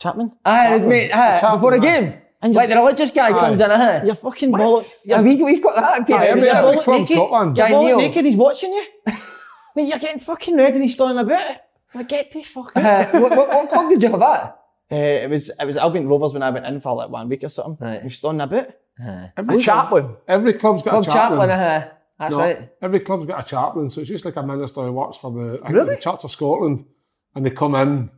S3: Chapman?
S2: Aye, mate, aye,
S5: Chapman,
S2: before a
S5: man.
S2: game.
S3: And
S2: Like the religious guy comes in, aye.
S3: You're fucking bollocks.
S2: Yeah, we, we've got that at Peter.
S5: Aye,
S2: as
S5: mate,
S2: well.
S5: I've got Club Scotland.
S2: Guy
S3: You're bollocks
S2: Neil.
S3: naked. He's watching you. Mate, you're getting fucking red and he's still in a bit. Like, get the fuck out.
S2: Uh, what, what, what club did you have at?
S3: Uh, it was it was Albion Rovers when I went in for like one week or something.
S2: Right.
S3: He was still in a bit.
S4: A chaplain.
S5: Every club's got
S2: Club
S5: a chaplain.
S2: Chaplain, uh, that's
S5: No,
S2: right.
S5: Every club's got a chaplain, so it's just like a minister who works for the, I think the Church of Scotland, and they come in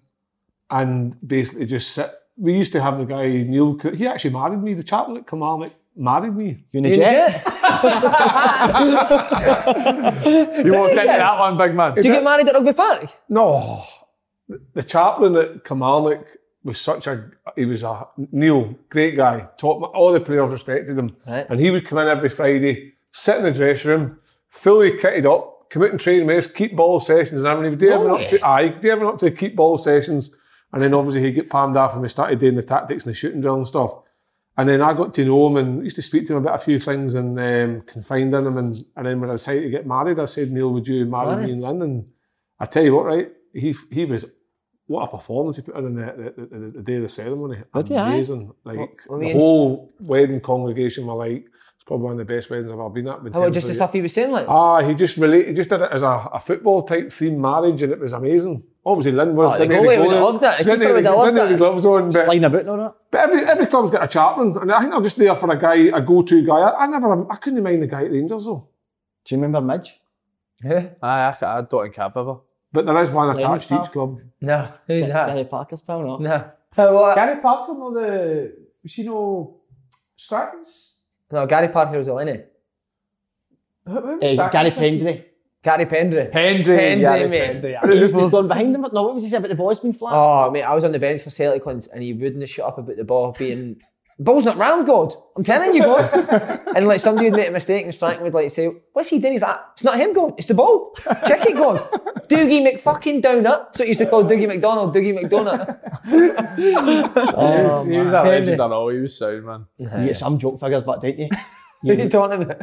S5: and basically just sit. We used to have the guy Neil. Coo- He actually married me. The chaplain at Kilmarnock married me.
S3: You
S2: You
S3: need
S2: legit?
S4: You walked into that one, big man.
S2: Do you get married at Rugby Park?
S5: No, the chaplain at Kilmarnock was such a he was a Neil, great guy, top man, all the players respected him,
S2: Right.
S5: and he would come in every Friday, sit in the dressing room, fully kitted up, come out and train with us, keep ball sessions, and everything. He'd do everything up to aye, he'd do everything up to the keep ball sessions, and then obviously he would get palmed off, and we started doing the tactics and the shooting drill and stuff. And then I got to know him and used to speak to him about a few things and um, confided in him. And, and then when I decided to get married, I said, Neil, would you marry me in London? I tell you what, right? He he was what a performance he put in on the, the,
S2: Oh,
S5: the, the day of the ceremony.
S3: he, aye?
S5: Amazing! Like
S2: What- what do
S5: the
S2: you mean?
S5: whole wedding congregation were like It's probably one of the best weddings I've ever been at. with
S2: How about
S5: Tim
S2: just the
S5: Ferrier.
S2: stuff he was saying, like?
S5: Ah, he just related. He just did it as a, a football type theme marriage, and it was amazing. Obviously, Lynn was.
S2: Oh, the
S5: didn't have
S2: goalie would have
S5: on.
S2: loved it. The
S5: Didn't
S2: keeper
S5: have
S2: would have
S5: the- didn't
S2: loved
S5: have the
S2: it.
S5: gloves on, but,
S3: Sliding about and all that.
S5: but every every club's got a chaplain, and I think they're just there for a guy, a go-to guy. I, I never, I couldn't mind the guy at Rangers though.
S3: Do you remember Midge?
S4: Yeah. Aye, I, ca- I don't think I've ever.
S5: But there is one
S3: Lenny's
S5: attached to
S3: pal.
S5: each club.
S2: No, who's that?
S3: Gary Parker's pal, no? Uh,
S2: No. Oh, what?
S4: Gary Parker, no, the. Was she no. Stackens?
S2: No, Gary Parker was a Lenny.
S4: Who, who was
S3: Eh,
S4: Stackens?
S3: Gary Pendry.
S2: Gary Pendry.
S4: Pendry.
S2: Pendry,
S4: Gary
S2: mate.
S4: Pendry, aye.
S3: He used to storm behind him. No, what was he saying about the ball's been flat?
S2: Oh, mate, I was on the bench for Celtic once and he wouldn't shut up about the ball being. Ball's not round, God. I'm telling you, God. and like somebody would make a mistake and Strachan would like say, What's he doing? He's like, It's not him, God. It's the ball. Check it, God. Doogie McFucking Donut. That's what he used to call Doogie McDonald, Doogie McDonut.
S4: he was, he was a
S2: man.
S4: legend, I know. He was sound, man.
S3: You get some joke figures back, don't you?
S2: What are you talking about?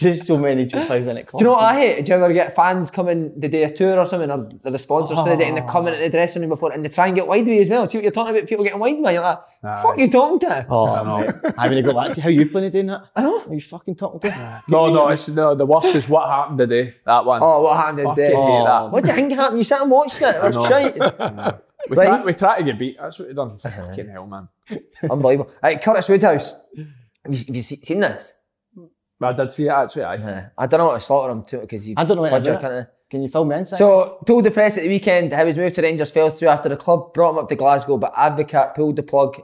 S3: There's so many joke figures in it.
S2: Do you know what I hate? Do you ever get fans coming the day of tour or something, or the- the sponsors for the day, and they come in at the dressing room before, and they try and get wide with you as well? See what you're talking about? People getting wide, man. You're like, fuck you talking to?
S3: Oh, mate. I mean, go back to how you playing it, didn't it? I know. Are you fucking talking to?
S4: No, no, it's, no, the worst is what happened today, that one.
S2: Oh, what happened
S4: Fucking
S2: today?
S4: hate that.
S2: What do you think happened? You sat and watched it. It was
S4: know.
S2: shite.
S4: We,
S2: Right.
S4: try, we try to get beat, that's what we done. Fucking hell, man.
S2: Unbelievable. Right, Curtis Woodhouse. Have you, have you se- seen this?
S4: I did see it actually, aye.
S2: I don't know what to slaughter him to because you.
S3: I don't know anything
S2: Roger
S3: about it.
S2: kinda-
S3: Can you film me inside?
S2: So told the press at the weekend how his move to Rangers fell through after the club brought him up to Glasgow, but Advocat pulled the plug.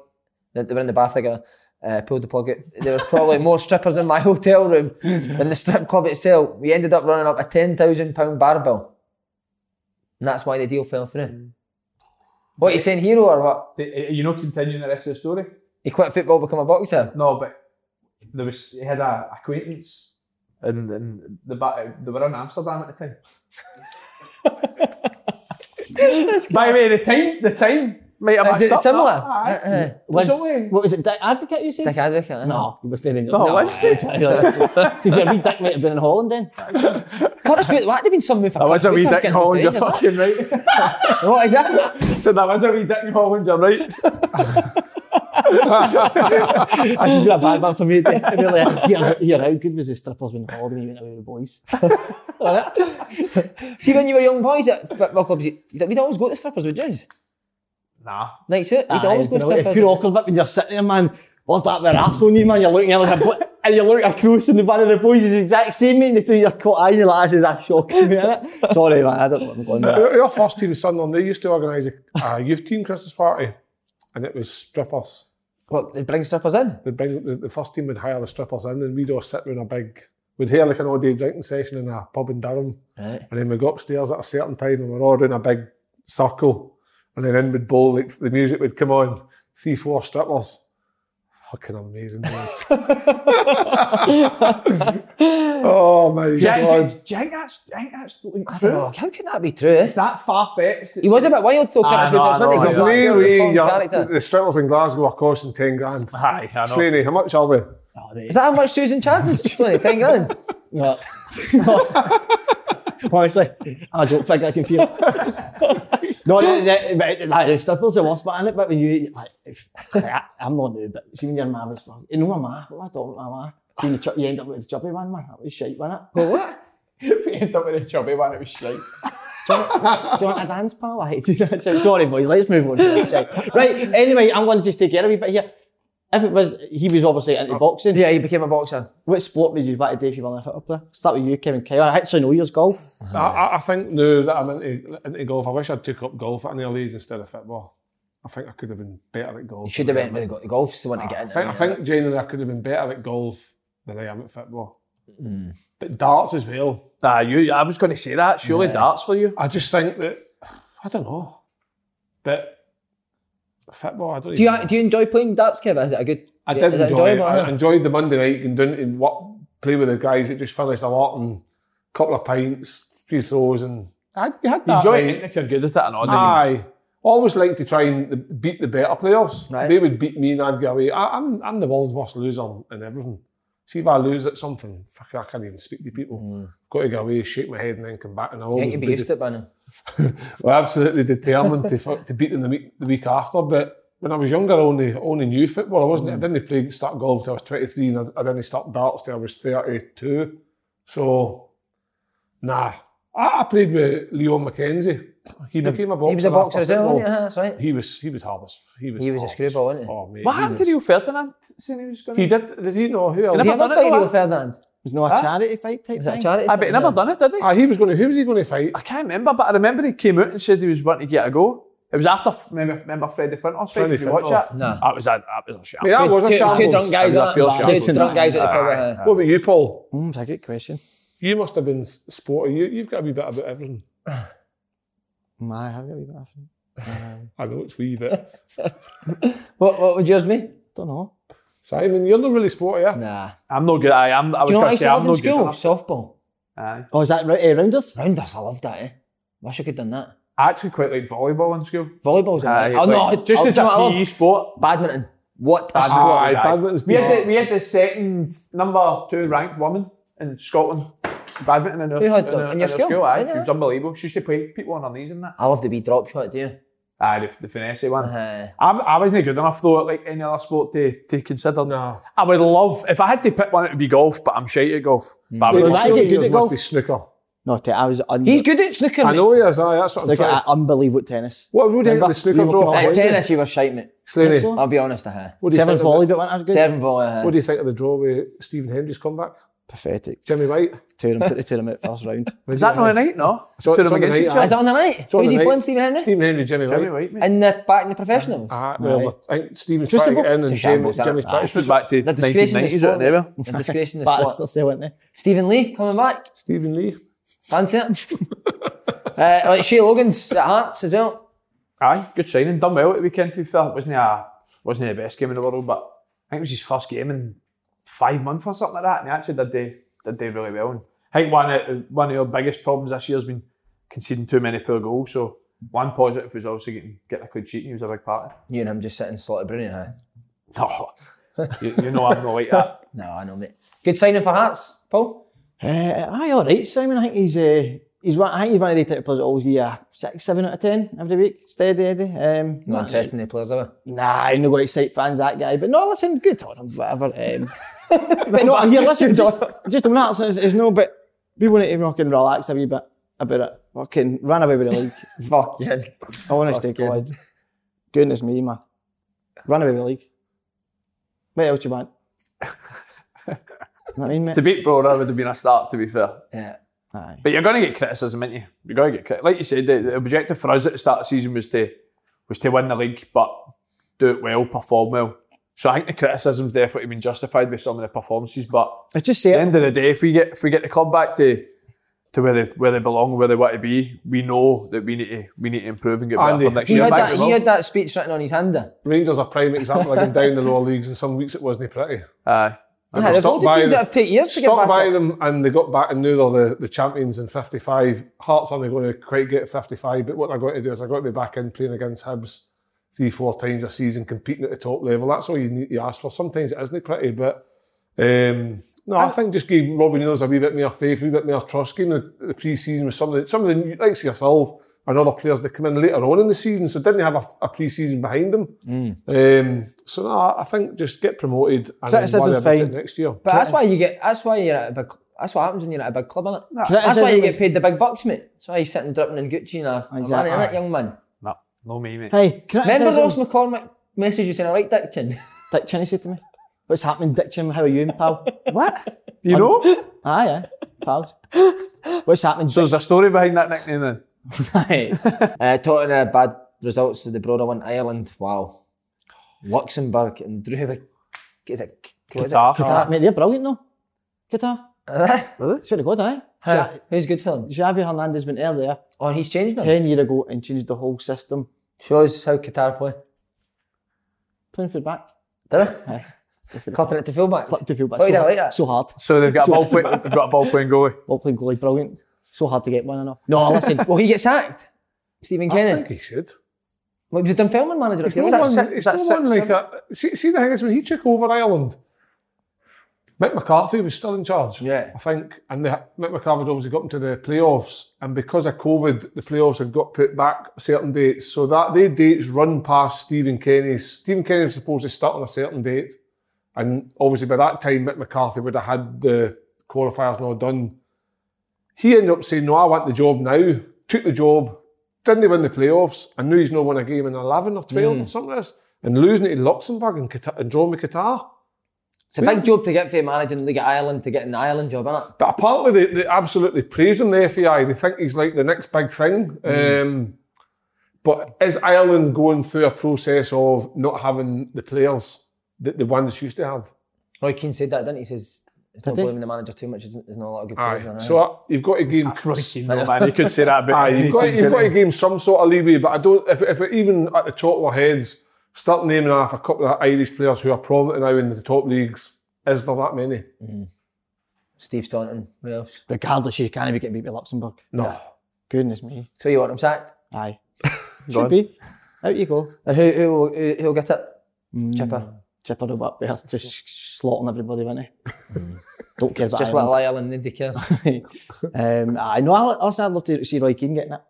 S2: They they were in the bath together. Uh, pulled the plug. out. There was probably more strippers in my hotel room than the strip club itself. We ended up running up a ten thousand pound bar bill, and that's why the deal fell
S4: Hmm.
S2: through. What you saying, hero or what?
S4: The- you know, continuing the rest of the story?
S2: He quit football, become a boxer.
S4: No, but there was, he had a acquaintance and, and the, ba- they were in Amsterdam at the time. By the way, the time, the time might have
S2: Is it
S4: matched up,
S2: similar?
S4: but- aye.
S2: Uh, uh,
S4: There's
S3: When-
S4: only-
S3: what was it, Dick Advocate you said? Oh,
S2: Dick Advocate. eh?
S3: No, he was there in
S4: No, was he?
S3: Did you wee Dick might have been in Holland then?
S2: Curtis Wood. What had been some move for
S4: That was
S2: Curtis
S4: a wee
S2: Woodhouse
S4: dick in
S2: getting up to
S4: Holland, you're
S2: Rangers, eh?
S4: fucking right.
S2: What is that?
S4: so that was a wee dick in Holland, you're right.
S3: I did a bad one for me. then. I really am. Here, here, how good was the strippers when Holland when you went away with the boys?
S2: See, when you were young boys at football clubs, you, we'd always go to strippers, would you?
S4: Nah.
S2: Nights out, we'd always go
S3: you know,
S2: strippers.
S3: It's pure awkward bit when you're sitting there, man. What's that with ass on you, man? You're looking at like a bl- and you look across and the one of the boys is the exact same, mate. And they do your caught eye, and you're like, this is a shocking, me, innit? Sorry, man, I don't know what I'm going with. that.
S5: Our our first team Sunderland, they used to organise a, a youth team Christmas party, and it was strippers.
S2: What, they bring strippers in?
S5: They'd bring, the, the first team would hire the strippers in, and we'd all sit around a big, we'd hear like an all day drinking session in a pub in Durham.
S2: Right.
S5: And then we'd go upstairs at a certain time, and we're all in a big circle. And then in would bowl, like the music would come on, three, four strippers. Fucking amazing days. oh my
S4: Do you, do, you-
S5: god.
S4: do you think that's, do you think that's
S2: I
S4: linked through?
S2: don't know, how can that be true?
S4: Is that far fetched?
S2: He was a bit wild though,
S4: I
S2: Curtis
S4: know,
S2: Woodhouse,
S4: I know,
S2: wasn't
S5: There's
S4: I
S2: he? He's a
S4: know.
S5: Ah, no
S2: weird
S5: way
S2: form
S5: you're,
S2: character.
S5: the strippers in Glasgow are costing 10 grand.
S4: Aye, I know.
S5: Slaney, how much are they?
S3: Oh, mate.
S2: Is that how much Susan charges? Tony, 10 grand.
S3: No. Honestly, I don't think I can feel it. no, the, the, the, like, the stifle's the worst bit in it, but when you, like, if, like, I, I'm not new, but see when your mum was fucking, you know my ma, what am I talking about, my ma? See, the chub- you end up with a chubby one, man, that was shite, wasn't it? Go, what?
S4: If we end up with a chubby one, it was shite.
S3: Do you want a dance, pal? I hate to do that shit. Sorry, boys, let's move on to this shit. Right, anyway, I'm going to just take it a wee bit here. If it was, he was obviously into boxing.
S2: Yeah, he became a boxer.
S3: What sport would you back to do if you were a football player? Start with you, Kevin Kyle. I actually know yours golf.
S5: I, I, I think now that I'm into, into golf, I wish I'd took up golf at an early age instead of football. I think I could have been better at golf.
S2: He should have went with the golf, so wanted to get
S5: I
S2: into
S5: think, I think generally I could have been better at golf than I am at football.
S2: Hmm.
S5: But darts as well.
S4: Nah, you. I was going to say that. Surely darts for you.
S5: I just think that I don't know. But football, I don't.
S2: Do
S5: even,
S2: you, do you enjoy playing darts, Kev? Is it a good...
S5: I did
S2: is
S5: enjoy it.
S2: enjoyable,
S5: I
S2: yeah?
S5: enjoyed the Monday night and doing and what play with the guys that just finished a lot and a couple of pints, few throws, and I, you had that.
S4: Enjoy
S5: night.
S4: it if you're good at it. And all, didn't
S5: Aye. Always like to try and beat the better players.
S2: Right.
S5: They would beat me and I'd get away. I, I'm, I'm the world's worst loser in everything. See if I lose at something, fuck, I can't even speak to people. Got to get away, shake my head, and then come back. And I
S2: I
S5: always
S2: think you'd Mm. be used to it by now.
S5: We're absolutely determined to fuck- to beat them the week, the week after. But when I was younger, I only only knew football. I
S2: Mm.
S5: wasn't. I didn't play start golf till I was twenty three, and I, I didn't start darts till I was thirty two. So, nah, I, I played with Leo McKenzie. He became a boxer.
S2: He was a
S5: after
S2: boxer as well, wasn't he?
S5: football.
S2: Uh-huh, That's right.
S5: He was he was hard as he was.
S2: He was a
S5: hard as-
S2: screwball, wasn't he?
S5: Oh mate,
S4: What
S5: he
S4: happened to
S5: was-
S4: Rio Ferdinand saying he was going to...
S5: He did. Did he know who else?
S2: Did you
S4: never
S2: ever
S4: done it,
S2: fight Leo
S4: what?
S2: Ferdinand?
S3: There's no a charity fight type
S2: Was
S3: thing.
S2: it a charity?
S4: I bet he never done it, did he?
S5: Ah, he was going to. Who was he going to fight?
S4: I can't remember, but I remember he came out and said he was wanting to get a go. It was after remember, remember Freddie Flintoff's fight.
S5: Freddie
S4: Did you watch
S5: Flintoff,
S4: that?
S2: no.
S4: that was a that was a shambles.
S5: Yeah, that was a
S2: Two- it was Two
S5: shambles.
S2: drunk
S4: It
S2: guys
S4: was a
S2: at
S4: pure
S2: it. Two
S4: shambles.
S2: drunk guys at the pub. uh-huh.
S4: Uh,
S5: What about you, Paul?
S3: Mm, it's a good question.
S5: You must have been sporty. You, you've got a wee bit about everything.
S3: Mm, I have got a wee bit of fun. Um,
S5: I know it's wee bit.
S2: What what would yours be?
S3: don't know.
S5: Simon, you're not really sporty, eh? yeah?
S2: Nah.
S4: I'm no good. I am. I was
S2: Do you know what I
S4: going to
S2: used
S4: say
S2: to
S4: I'm
S2: love
S4: no
S2: in
S4: good.
S2: school?
S4: enough.
S2: Softball.
S4: Aye.
S3: Oh, is that right? Uh, rounders?
S2: eh, Rounders, I loved that, eh? Wish I could done that.
S4: I actually quite like volleyball in school.
S2: Volleyball's a
S4: Aye,
S2: oh no,
S4: like, just
S2: oh,
S4: as
S2: do you know what I
S4: a
S2: love?
S4: PE sport.
S2: Badminton. What a
S4: Ah,
S2: sport.
S5: aye, badminton's
S4: we had,
S5: decent.
S4: the, we had the second number two ranked woman in Scotland badminton in her,
S2: You had
S4: in
S2: them
S4: her,
S2: in your
S4: her
S2: school?
S4: school. Aye,
S2: Did
S4: it was
S2: you?
S4: unbelievable. She used to play people on her knees in that.
S2: I love the wee drop shot, do you?
S4: Aye, the, the finesse one.
S2: Uh,
S4: I'm, I wasn't good enough though, at, like any other sport to, to consider. No. I would love if I had to pick one, it would be golf, but I'm shite at golf. But I would
S5: Well,
S4: love-
S3: I get good
S5: yours
S3: at
S5: must
S3: golf?
S5: be snooker.
S3: No, t- I was. Un-
S2: he's good at snooker.
S5: I
S2: mate.
S5: know he is, aye, that's what I'm
S3: Look
S5: trying.
S3: at that unbelievable tennis.
S5: What would you
S3: Remember?
S5: the snooker
S3: We were
S5: draw?
S3: looking
S2: At
S5: What do you-
S2: tennis, you were shite, mate.
S5: Slaney,
S3: so.
S2: I'll be honest, uh-huh.
S5: what do you
S3: Seven
S5: think of
S3: volley,
S5: it?
S3: but was good.
S2: Seven volley, uh-huh.
S5: What do you think of the draw with Stephen Hendry's comeback?
S3: Pathetic.
S5: Jimmy White?
S3: Tear him, put the tear him out first round.
S4: Is that not a night? No.
S5: So-
S4: Two of
S5: it's
S4: them
S5: on the
S4: against
S5: night,
S4: each
S5: aye.
S4: other.
S2: Is it on the night?
S5: It's on
S2: Who's
S5: the
S2: he
S5: night.
S2: playing, Stephen Henry?
S5: Stephen Henry, Jimmy
S4: Jimmy
S5: White.
S4: White, mate.
S2: In the back in the professionals?
S5: Ah,
S3: Aye.
S5: well, I think Stephen's trying to
S3: about-
S5: get in
S2: it's a
S5: and Jimmy,
S2: shambles, that.
S5: Jimmy's trying
S4: Just went back to
S2: The disgracing the
S4: 1990s,
S2: sport.
S4: don't they? were?
S2: The disgracing the sport.
S3: Barrister still, eh? wasn't he?
S2: Stephen Lee coming back.
S5: Stephen Lee.
S2: Fancy it. uh, like Shea Logan's at Hearts as well.
S4: Aye, good signing. Done well at the weekend. To be fair, wasn't he a, wasn't he the best game in the world, but I think it was his first game in five months or something like that. And he actually did the did do really well. And I think one of one of your biggest problems this year has been conceding too many poor goals. So one positive was obviously getting getting a clean sheet. And he was a big part. of
S2: You and him just sitting slotted brilliant, huh?
S4: it. No, you, you know I'm not like that.
S2: No, I know, mate. Good signing for Hearts, Paul.
S3: Uh, aye, all right, Simon. I think he's uh, he's one. I think he's one of the type of players that always give you a six, seven out of ten every week. Steady Eddie. Um,
S2: Not interesting, the players, are
S3: Nah, I know what excite fans that guy. But no, listen, good on him, whatever. Um, but no, here, listen, just, just a minute. Listen, it's, it's no, but we want to fucking relax a wee bit about it. Fucking ran away with the league.
S2: we? Fuck yeah.
S3: Honestly, God, goodness me, man, ran away with the league. What else you want? know what I mean, mate.
S4: to beat Bora would have been a start. To be fair.
S2: Yeah.
S3: Aye.
S4: But you're going to get criticism, aren't you? You're going to get criticism. Like you said, the, the objective for us at the start of the season was to was to win the league, but do it well, perform well. So I think the criticism's definitely been justified by some of the performances. But
S3: I just
S4: at
S3: say
S4: the
S3: it.
S4: end of the day, if we get if we get the club back to to where they where they belong, where they want to be, we know that we need to we need to improve and get better
S5: Andy,
S4: for next
S2: He
S4: year.
S2: had,
S4: Back
S2: that,
S4: to
S2: he
S4: normal.
S2: had that speech written on his hand. there.
S5: Rangers are prime example of going down the lower leagues, and some weeks it wasn't pretty.
S4: Aye.
S2: Yeah, there's
S5: stuck
S2: loads of
S5: by
S2: teams that
S5: them.
S2: have taken years to get
S5: Stuck
S2: back
S5: by
S2: up.
S5: them, and they got back, and now they're the, the champions in 55. Hearts aren't going to quite get 55, but what they're going to do is they're going to be back in playing against Hibs three, four times a season, competing at the top level. That's all you need to ask for. Sometimes it isn't pretty, but um, no, I, think just give Robbie Neal's a wee bit more faith, a wee bit more trust. Give him the, the pre-season with some of the, some of the likes of yourself and other players that come in later on in the season, so didn't have a, a pre-season behind them. Um, so no, I- I think just get promoted and then
S3: Criticism
S5: worry about it
S3: fine.
S5: next year.
S2: But that's why you get. That's why you're at a big. That's what happens when you're at a big club, innit? That's
S3: Criticism
S2: why you
S3: is-
S2: get paid the big bucks, mate. That's why he's sitting dripping in Gucci and a, a man,
S3: Exactly.
S2: innit, young man.
S4: No, no me, mate.
S3: Hey, can I
S2: Remember
S3: say
S2: Ross
S3: something?
S2: McCormick messaged you saying, "I like Dick Chin."
S3: Dick Chinny said to me, "What's happening, Dick Chin? How are you, pal?" what?
S4: You know?
S3: Aye, aye, pals. What's happening?
S4: So there's a story behind that nickname then.
S3: Aye.
S2: Uh, Tottenham uh, bad results to the Brora one Ireland. Wow. Luxembourg and drew with is it K- is it
S4: Qatar.
S3: Qatar, mate, they're brilliant though. Qatar.
S4: Really?
S3: Swear to God, aye.
S2: Huh, Who's good for them?
S3: Xavi Hernandez went earlier
S2: Oh, and he's changed them.
S3: 10 year ago and changed the whole system.
S2: Shows how Qatar play.
S3: Playing for the back.
S2: Did it?
S3: Aye.
S2: Clipping it to fullback.
S3: Clipped the field back.
S2: Oh, you
S3: so,
S2: didn't
S3: hard-
S2: like that?
S3: so hard.
S4: So they've got a ball point, they've got a ball playing goalie.
S3: All playing goalie, brilliant. So hard to get one enough. No, listen.
S2: Well, he gets sacked. Stephen
S5: I think
S2: Kennan.
S5: he should.
S2: What was the Dunfermline manager? at
S5: No
S2: Kelly?
S5: one,
S4: six-
S5: it's
S4: that's
S5: no one
S4: six,
S5: like that. See, see, the thing is, when he took over Ireland, Mick McCarthy was still in charge.
S2: Yeah.
S5: I think, and the, Mick McCarthy had obviously got into the playoffs, and because of COVID, the playoffs had got put back certain dates, so that their dates run past Stephen Kenny's. Stephen Kenny was supposed to start on a certain date, and obviously by that time, Mick McCarthy would have had the qualifiers not done. He ended up saying, "No, I want the job now." Took the job, didn't win the playoffs. I knew he's not won a game in eleven or twelve or something like this, and losing it to Luxembourg and, Qatar, and drawing with Qatar.
S2: It's a big job to get for managing League of Ireland to get in the Ireland job, isn't it?
S5: But apparently, they, they absolutely praise him, the FAI. They think he's like the next big thing.
S4: Hmm.
S5: Um, but is Ireland going through a process of not having the players that the ones used to have?
S2: Roy Keane said that, didn't he? He says, it's not blaming the manager too much. There's there's not a lot of good players in
S5: Aye.
S2: Ireland.
S5: So uh, you've got to gain.
S4: no, man, you could say that about
S5: Aye, you've got to,
S4: anything,
S5: you've got to
S4: couldn't
S5: gain some sort of leeway. But I don't. If, if it even at the top of our heads start naming off a couple of Irish players who are prominent now in the top leagues, is there that many?
S2: Steve Staunton, who else?
S3: Regardless, you can't even get beat by Luxembourg.
S5: No.
S3: Goodness me.
S2: So you want him sacked?
S3: Aye. Should be. Out you go. Mm,
S2: And Uh, who, who, will- who, who'll get it? Chipper.
S3: Chipper him up there, just slotting everybody, wasn't he? Don't care about
S2: Mm. Just
S3: Ireland.
S2: little Ireland, nobody cares.
S3: um, aye, no, I, listen, I'd love to see Roy Keane getting it.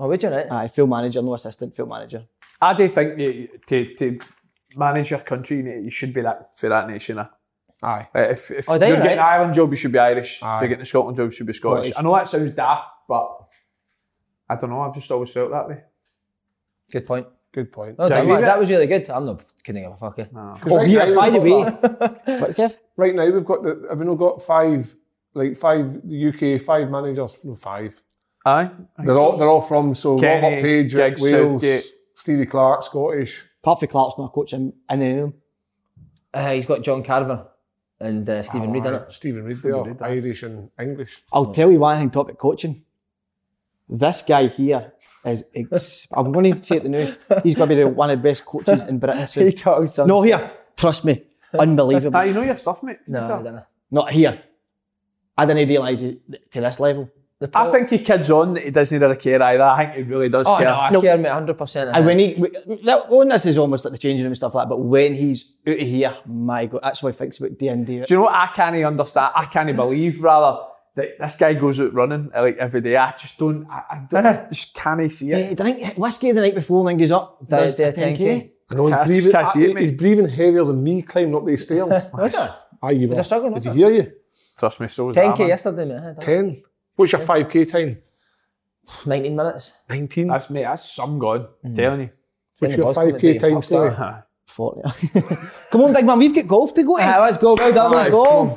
S2: oh, would you, right?
S3: Aye, full manager, no assistant, full manager.
S4: I do think you, to, to manage your country, you, need- you should be that for that nation. eh?
S5: Aye.
S4: Like, if if
S2: Oh, do
S4: you're
S2: you,
S4: getting an
S2: right?
S4: Ireland job, you should be Irish.
S5: Aye.
S4: If you're getting a Scotland job, you should be Scottish.
S3: Scottish.
S4: I know that sounds daft, but I don't know. I've just always felt that way.
S2: Good point.
S5: Good point.
S2: Well
S4: Do you
S2: done,
S4: agree
S2: lads.
S4: with
S2: That was really good. I'm not kidding give a fuck. eh?
S3: Oh,
S5: right
S3: yeah,
S5: now
S3: by the
S5: we've
S3: way.
S5: got
S3: What, Kev?
S5: Right now, we've got the, have we not got five, like five UK, five managers, no five.
S4: Aye.
S5: They're all, they're all from, so
S4: Kenny,
S5: Robert Page,
S4: Giggs,
S5: Wales,
S4: Southgate.
S5: Stevie Clark, Scottish.
S3: Perfect Clark's not coaching in any of them.
S2: Uh, he's got John Carver and uh, Stephen Reid in
S5: Aye,
S2: it.
S5: Stephen Reid, eh? they are Irish and English.
S3: I'll tell you one thing, topic coaching. This guy here is, ex- I'm going to say it now, he's going to be the- one of the best coaches in Britain soon.
S2: talks
S3: No, here. Trust me. Unbelievable.
S4: Aye, you know your stuff, mate. to be
S2: No, I
S4: fair.
S2: don't know.
S3: Not here. I didn't realise it to this level.
S2: The pro-
S4: I think he kids on that he doesn't really care either. I think he really does
S2: Oh,
S4: care.
S2: no, I care, mate, 100%.
S3: And when he, that, well, this is almost like the changing room and stuff like that, but when he's out of here, my God, that's what I think about D and D.
S4: Do you know what I can't understand? I can't believe rather that this guy goes out running uh, like every day. I just don't. I, I don't, just can't see it.
S3: He drank whiskey the night before and then goes up, does,
S2: Does the
S3: the 10K.
S2: 10K.
S5: I know he's
S4: Can't-
S5: breathing,
S4: can't see it,
S5: I- he's
S4: mate.
S5: breathing heavier than me climbing up these stairs.
S2: Was Oh, it?
S5: Aye, you
S2: Was
S5: were.
S2: I struggling,
S5: Did
S2: was
S5: he
S2: it?
S5: hear you?
S4: Trust me, so was I,
S2: 10k
S4: man.
S2: yesterday, mate. I had that.
S5: 10. What's your 5k time?
S2: 19 minutes.
S5: 19.
S4: That's mate. That's some god. Telling you.
S5: What's
S2: When the
S5: your
S2: boss comes
S5: 5k
S2: and say,
S5: time,
S2: "Fuck that."
S5: Stevie?
S3: 40. Come on, big man, we've got golf to go to.
S2: Aye, let's go. Well done, lads.
S3: Let's go.